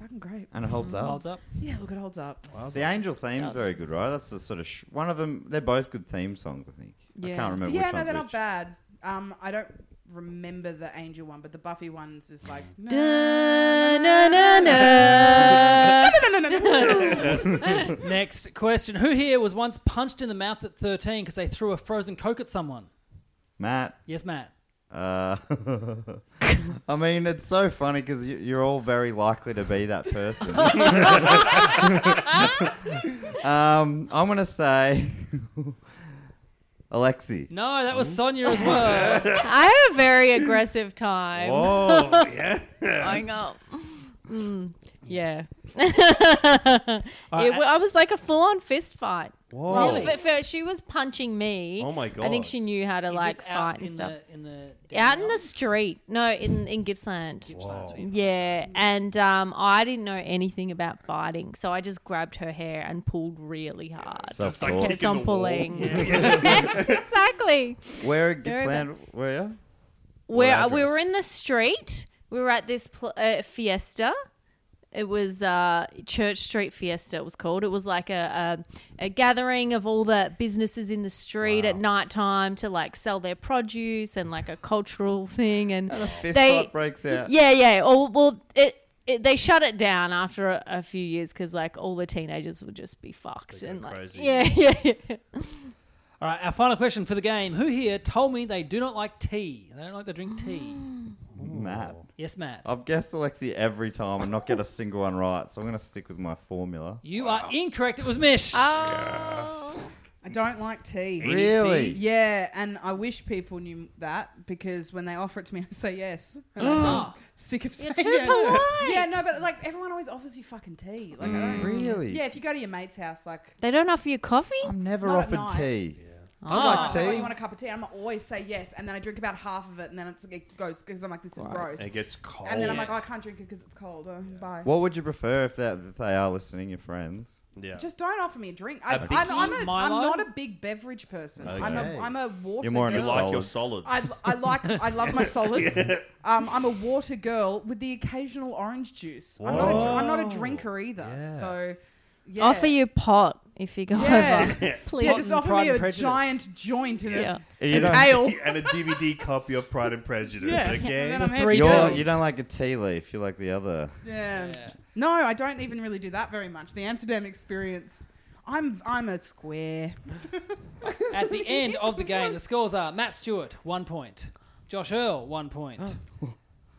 Fucking great. And it Mm. holds up. holds up. Yeah, look, it holds up. The angel theme's Does. very good, right? That's the sort of sh- one of them. They're both good theme songs, I think. I Yeah. can't remember. yeah, which no, one's they're not which. bad. Um, I don't remember the Angel one, but the Buffy ones is like. Dun, na, na, na. Next question. Who here was once punched in the mouth at 13 because they threw a frozen Coke at someone? Matt. Yes, Matt. Uh, I mean, it's so funny because you, you're all very likely to be that person. um, I'm gonna say Alexi. No, that was Sonia as Oh, well. I had a very aggressive time. Oh yeah. Going up. Mm, yeah. right, It wa- I was like a full on fist fight. Whoa. Well, f- f- she was punching me. Oh my I think God. she knew how to Is like this out fight in and stuff. The, in the out in the street. No, in in Gippsland. Yeah, and um, I didn't know anything about fighting, so I just grabbed her hair and pulled really hard. Just like kept kicking the on wall. pulling. Yes, exactly. Where in Very Gippsland were you? Where uh, What we were address? in the street, we were at this pl- uh, fiesta. It was uh, Church Street Fiesta. It was called. It was like a, a a gathering of all the businesses in the street at night time to like sell their produce and like a cultural thing. And, And a fist they fight breaks out. yeah, yeah. Or well, it, it they shut it down after a, a few years because like all the teenagers would just be fucked and like crazy. yeah, yeah, yeah. All right, our final question for the game. Who here told me they do not like tea? They don't like to drink tea. Matt. Yes, Matt. Oh, I've guessed Alexi every time and not get a single one right, so I'm gonna stick with my formula. You are incorrect. It was Mish. I don't like tea. Really? Yeah, and I wish people knew that because when they offer it to me, I say yes. Sick of saying too it. polite. Yeah, no, but like everyone always offers you fucking tea. Like I don't. Mm. Really? Yeah, if you go to your mate's house, like They don't offer you coffee. I'm never Not at offered night. Ah. tea. I I say, "What, oh, you like want a tea. cup of tea? I'm always say yes, and then I drink about half of it, and then it's, it goes because I'm like, this is gross. It gets cold. And then I'm like, oh, I can't drink it because it's cold. Oh, Bye. What would you prefer if that if they are listening, your friends? yeah. Just don't offer me a drink. I, A I'm, big- I'm, I'm, a, I'm Milo? not a big beverage person. I'm, a, Okay. I'm a water You're more girl. into you like your solids. I, I like I love my solids. um, I'm a water girl with the occasional orange juice. I'm not, a, dr- I'm not a drinker either. So, yeah. Offer you pot if you go Yeah. over. Please. Yeah, just offer Pride me and a Prejudice. giant joint and Yeah. a, You an don't- ale. and a DVD copy of Pride and Prejudice. Yeah. Okay. And then I'm happy. Three You're, girls. you don't like a tea leaf. You like the other. Yeah. No, I don't even really do that very much. The Amsterdam experience. I'm I'm a square. At the end of the game, the scores are Matt Stewart, one point. Josh Earl, one point.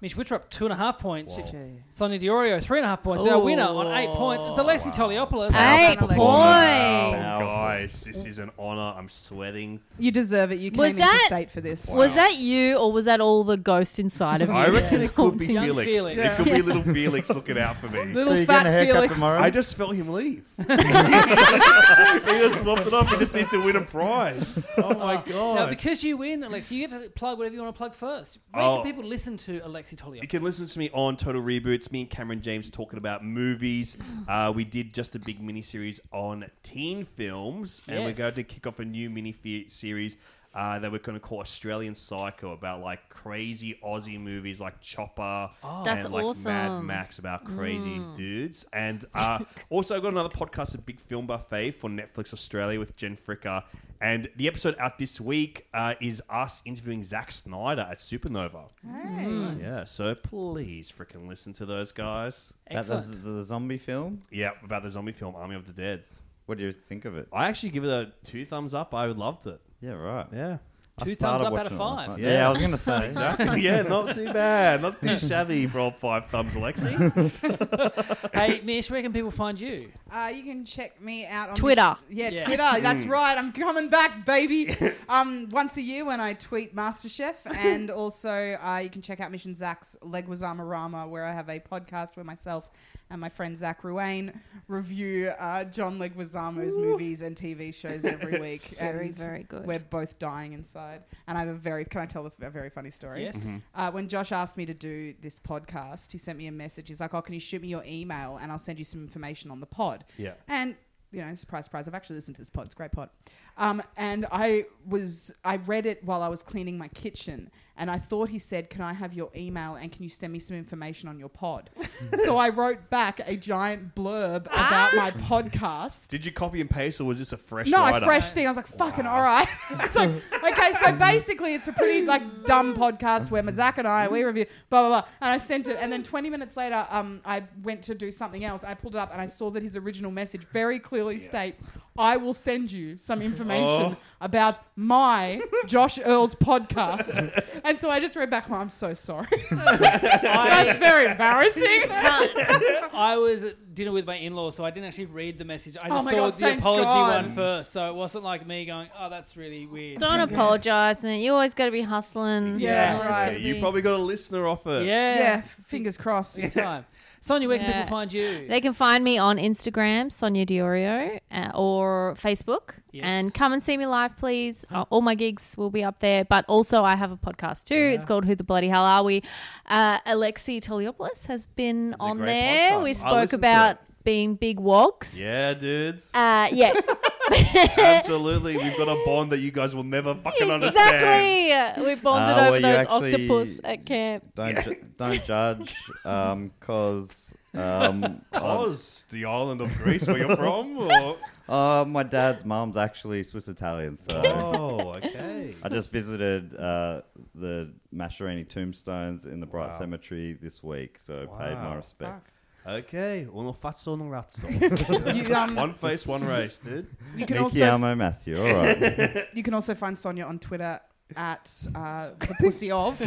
Mish Wittrup, two and a half points. Sonia Diorio, three and a half points. Oh, We are a winner on eight points. It's Alexi Toliopoulos. Eight Wow. points. Guys, this is an honor. I'm sweating. You deserve it. You came Was into that- state for this. Was that you or was that all the ghost inside of you? I reckon it could be Young Felix. Felix. It could be little Felix looking out for me. Little so you're fat getting a haircut Felix. tomorrow? I just felt him leave. he just swapped it off. He just needs to win a prize. Oh my Now, god! because you win, Alex, you get to plug whatever you want to plug first. Make Oh. people listen to Alexi Tolio. You can listen to me on Total Reboots. Me and Cameron James talking about movies. Uh, we did just a big mini series on teen films, and we're Yes. going to kick off a new mini fe- series uh, that we're going to call Australian Psycho about like crazy Aussie movies like Chopper That's and like Mad awesome. Max about crazy dudes. And uh, also, I've got another podcast, A Big Film Buffet for Netflix Australia with Jen Fricker. And the episode out this week uh, is us interviewing Zack Snyder at Supernova. Mm. Yeah, so please freaking listen to those guys. That, Excellent. that's the zombie film. Yeah, about the zombie film Army of the Dead. What do you think of it? I actually give it a two thumbs up. I loved it. Yeah, right. Yeah. I Two started thumbs up out of watching it last five. night. Yeah, I was gonna say. yeah, not too bad. Not too shabby for all five thumbs, Alexi. hey, Mish, where can people find you? Uh, you can check me out on Twitter. Mm. yeah, Yeah. Twitter. That's right. I'm coming back, baby. um, once a year when I tweet MasterChef, and also uh, you can check out Mission Zach's Leguizamo Rama, where I have a podcast where myself and my friend Zach Ruane review uh, John Leguizamo's movies and TV shows every week. Very, and very good. We're both dying inside, and I have a very. Can I tell a, a very funny story? Yes. Uh, when Josh asked me to do this podcast, he sent me a message. He's like, "Oh, can you shoot me your email and I'll send you some information on the pod?" Yeah. And you know, surprise, surprise, I've actually listened to this pod. It's a great pod. Um, and I was I read it while I was cleaning my kitchen, and I thought he said, "Can I have your email and can you send me some information on your pod?" so I wrote back a giant blurb about my podcast. Did you copy and paste, or was this a fresh? No, write-up? a fresh thing. I was like, fucking all right. it's like, okay, so basically it's a pretty like dumb podcast where Zach and I, we review, blah, blah, blah. And I sent it. And then 20 minutes later, um, I went to do something else. I pulled it up and I saw that his original message very clearly states, I will send you some information about my Josh Earls podcast. and so I just read back, oh, I'm so sorry. That's I, very embarrassing. Uh, I was at dinner with my in law, so I didn't actually read the message. I Oh just my saw God, the thank apology God. one first, so it wasn't like me going, oh, that's really weird. Don't apologise, man. You always got to be hustling. Yeah, that's You always right. gotta Yeah, you be- probably got a listener off it. Yeah. yeah, fingers crossed. yeah. Time. Sonia, where can Yeah. people find you? They can find me on Instagram, Sonia Diorio, uh, or Facebook. Yes. And come and see me live, please. Uh, all my gigs will be up there. But also, I have a podcast too. It's called Who the Bloody Hell Are We? Uh, Alexi Toliopoulos has been a on great there. podcast. I We listened spoke to about it. being big wogs. Yeah, dudes. Uh, yeah. Absolutely. We've got a bond that you guys will never fucking understand. exactly. We bonded Uh, over well, you those actually- octopus at camp. Don't ju- don't judge, um, cause um, Oz, the island of Greece where you're from? Or? uh, my dad's mom's actually Swiss Italian, so. Oh, okay. I just visited uh, the Mascheroni tombstones in the Bright Cemetery this week, so paid my Wow. respects. Okay, uno fatso, uno razzo. You, um, one face, one race, dude. you can Mickey also Elmo Matthew, all right. You can also find Sonia on Twitter at uh, the pussy of.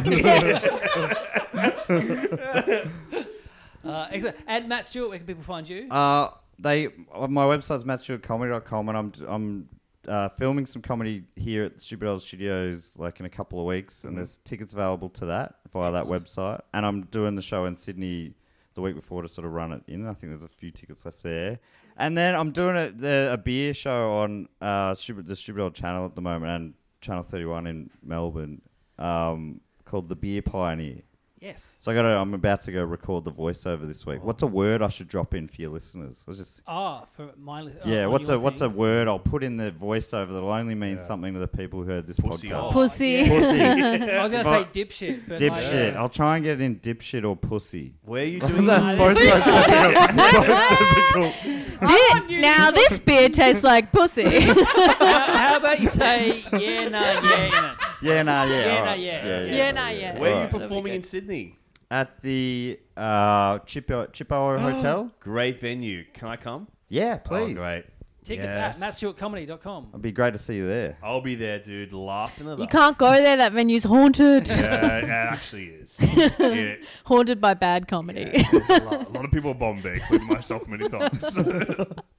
Uh, excellent. And Matt Stewart, where can people find you? uh, they, uh, my website's mattshieldcomedy.com, and I'm I'm uh, filming some comedy here at Stupid Old Studios like in a couple of weeks, and there's tickets available to that via that website. And I'm doing the show in Sydney the week before to sort of run it in. I think there's a few tickets left there, and then I'm doing a, the, a beer show on uh, Stupid, the Stupid Old Channel at the moment and Channel 31 in Melbourne um, called the Beer Pioneer. yes. So I got. I'm about to go record the voiceover this week. What's a word I should drop in for your listeners? I was just Ah, for my li- oh, yeah. on What's your a what's a thing. word I'll put in the voiceover that'll only mean something to the people who heard this Pussy Oh, podcast? off. Pussy. Pussy, I was going But- to say dipshit, but like- dipshit. I'll try and get it in dipshit or pussy. Where are you doing That's this? both those difficult. Thi- now this beer tastes like pussy. how, how about you say yeah, nah, yeah in it? Yeah, nah, yeah, Yeah, all nah, right. yeah. yeah, no, yeah. Where are you Alright. performing in Sydney? At the uh, Chippo Chippo Hotel. Great venue. Can I come? Yeah, please. Oh, great. Tickets Yes. at mattstewartcomedy.com. It'd be great to see you there. I'll be there, dude, laughing at You that. can't go there. That venue's haunted. Yeah, it actually is. Yeah, Haunted by bad comedy. there's a, lot, a lot of people in Bombay, including myself, many times.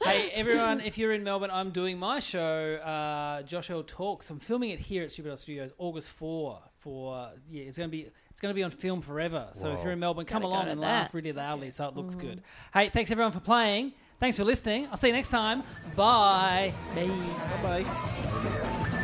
hey, everyone, if you're in Melbourne, I'm doing my show, uh, Josh L Talks. I'm filming it here at Stupid Old Studios, August 4. For yeah, it's gonna be it's gonna be on film forever. So if you're in Melbourne, come Gotta go along to and that. Mm. laugh really loudly, so it looks good. Hey, thanks everyone for playing. Thanks for listening. I'll see you next time. Bye. Bye. Bye. Bye.